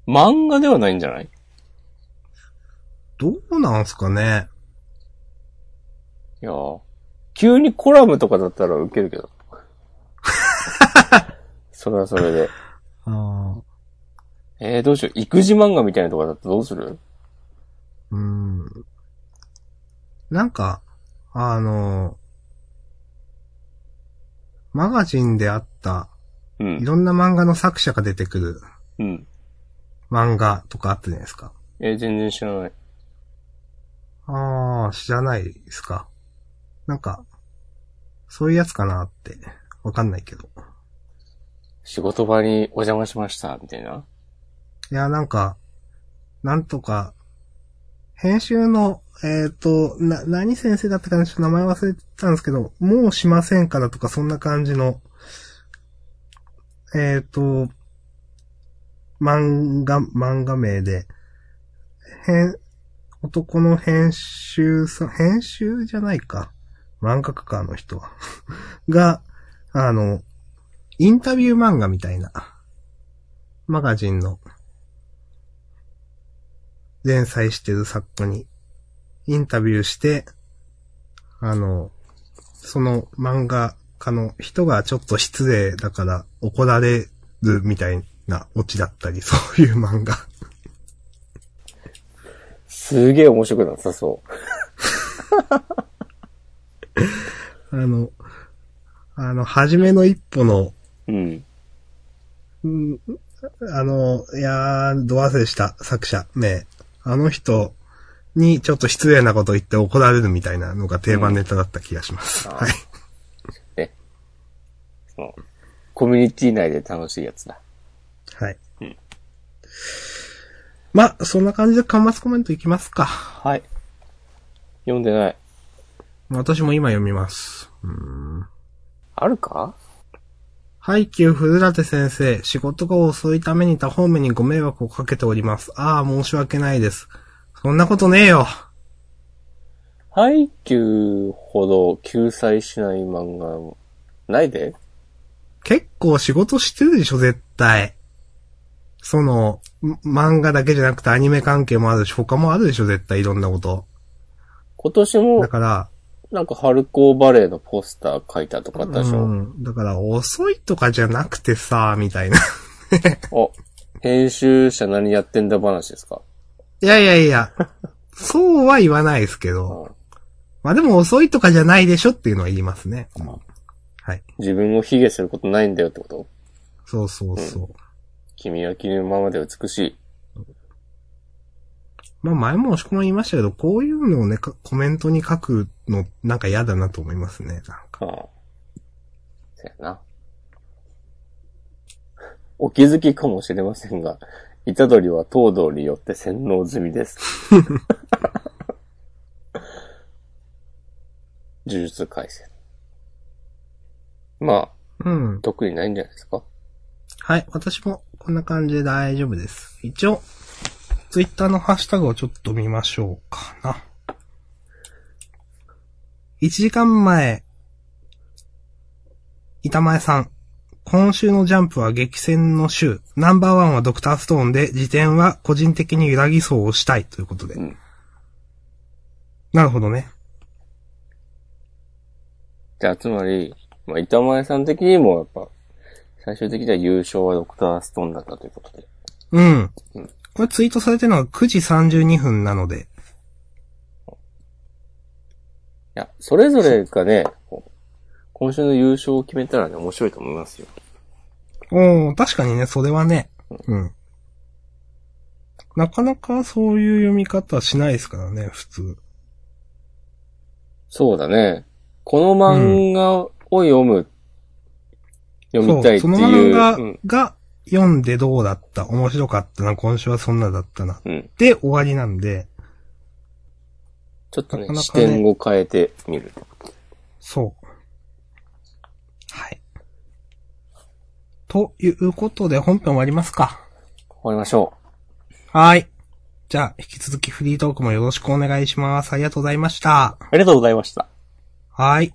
[SPEAKER 1] 漫画ではないんじゃない
[SPEAKER 2] どうなんすかね
[SPEAKER 1] いやー急にコラムとかだったらウケるけ ど。それはそれで。
[SPEAKER 2] ああ。
[SPEAKER 1] えー、どうしよう。育児漫画みたいなとかだったらどうする
[SPEAKER 2] うん。なんか、あの、マガジンであった、
[SPEAKER 1] う
[SPEAKER 2] い
[SPEAKER 1] ん。
[SPEAKER 2] ろんな漫画の作者が出てくる
[SPEAKER 1] うん。
[SPEAKER 2] 漫画とかあったじゃないですか。
[SPEAKER 1] え、全然知らない。
[SPEAKER 2] ああ、知らないですか。なんか、そういうやつかなって、わかんないけど。
[SPEAKER 1] 仕事場にお邪魔しました、みたいな。
[SPEAKER 2] いや、なんか、なんとか、編集の、えっ、と、な、何先生だったかなちょっと名前忘れてたんですけど、もうしませんからとか、そんな感じの、えっ、と、漫画、漫画名で、編、男の編集さん、編集じゃないか。漫画家か、あの人は。 が、あの、インタビュー漫画みたいな、マガジンの連載してる作家にインタビューして、あの、その漫画家の人がちょっと失礼だから怒られるみたいなオチだったり、そういう漫画。
[SPEAKER 1] すげえ面白くなさそう。
[SPEAKER 2] あの、あの、初めの一歩の、
[SPEAKER 1] うん。
[SPEAKER 2] うんあの、いやー、ド忘れした作者、ねあの人にちょっと失礼なこと言って怒られるみたいなのが定番ネタだった気がします。
[SPEAKER 1] うん
[SPEAKER 2] はい。
[SPEAKER 1] ね。その、コミュニティ内で楽しいやつだ。
[SPEAKER 2] はい。
[SPEAKER 1] うん
[SPEAKER 2] まあ、そんな感じで端末コメントいきますか。
[SPEAKER 1] はい。読んでない。
[SPEAKER 2] 私も今読みます。うーん
[SPEAKER 1] あるか
[SPEAKER 2] はい、旧古舘先生。仕事が遅いために他方面にご迷惑をかけております。ああ、申し訳ないです。そんなことねえよ。
[SPEAKER 1] 配給ほど救済しない漫画、ないで
[SPEAKER 2] 結構仕事してるでしょ、絶対。その、ま漫画だけじゃなくてアニメ関係もあるし、他もあるでしょ、絶対いろんなこと。
[SPEAKER 1] 今年
[SPEAKER 2] だ
[SPEAKER 1] も、
[SPEAKER 2] から、
[SPEAKER 1] なんか春高バレーのポスター書いたとかあったでし
[SPEAKER 2] う
[SPEAKER 1] ょ、
[SPEAKER 2] ん。だから、遅いとかじゃなくてさ、みたいな。
[SPEAKER 1] あ、編集者何やってんだ話ですか
[SPEAKER 2] いやいやいや、そうは言わないですけど、まあでも遅いとかじゃないでしょっていうのは言いますね。はい。
[SPEAKER 1] 自分を卑下することないんだよってこと
[SPEAKER 2] そうそうそう。
[SPEAKER 1] 君は君のままで美しい。
[SPEAKER 2] まあ前も押し込ま言いましたけど、こういうのをね、かコメントに書くの、なんか嫌だなと思いますね。なんか。
[SPEAKER 1] うん。そやな。お気づきかもしれませんが、虎杖は東堂によって洗脳済みです。 呪術改戦。まあ、
[SPEAKER 2] うん。
[SPEAKER 1] 特にないんじゃないですか
[SPEAKER 2] はい。私もこんな感じで大丈夫です。一応、ツイッターのハッシュタグをちょっと見ましょうかな。1時間前、板前さん。今週のジャンプは激戦の週。ナンバーワンはドクターストーンで、辞典は個人的に揺らぎそうをしたいということで。
[SPEAKER 1] うん
[SPEAKER 2] なるほどね。
[SPEAKER 1] じゃあ、つまり、まあ、板前さん的にもやっぱ、最終的には優勝はドクターストーンだったということで。
[SPEAKER 2] うん
[SPEAKER 1] うん。
[SPEAKER 2] これツイートされてるのが9時32分なの
[SPEAKER 1] い
[SPEAKER 2] で。
[SPEAKER 1] や、それぞれがね、こう今週の優勝を決めたらね、面白いと思いますよ。
[SPEAKER 2] おー、確かにね、それはね。うん。なかなかそういう読み方しないですからね、普通。
[SPEAKER 1] そうだね。この漫画を読む、読みたいって
[SPEAKER 2] そう、その漫
[SPEAKER 1] いう。
[SPEAKER 2] 画
[SPEAKER 1] うん。
[SPEAKER 2] が読んでどうだった、面白かったな、今週はそんなだったな。
[SPEAKER 1] うん。
[SPEAKER 2] で、終わりなんで、
[SPEAKER 1] ちょっとね
[SPEAKER 2] なかな
[SPEAKER 1] 視
[SPEAKER 2] かね
[SPEAKER 1] 点を変えてみる。
[SPEAKER 2] そう。はい。ということで、本編終わりますか。
[SPEAKER 1] 終わりましょ
[SPEAKER 2] はい。じゃあ、引き続きフリートークもよろしくお願いします。ありがとうございました
[SPEAKER 1] う。。ありがとうございました。
[SPEAKER 2] はい。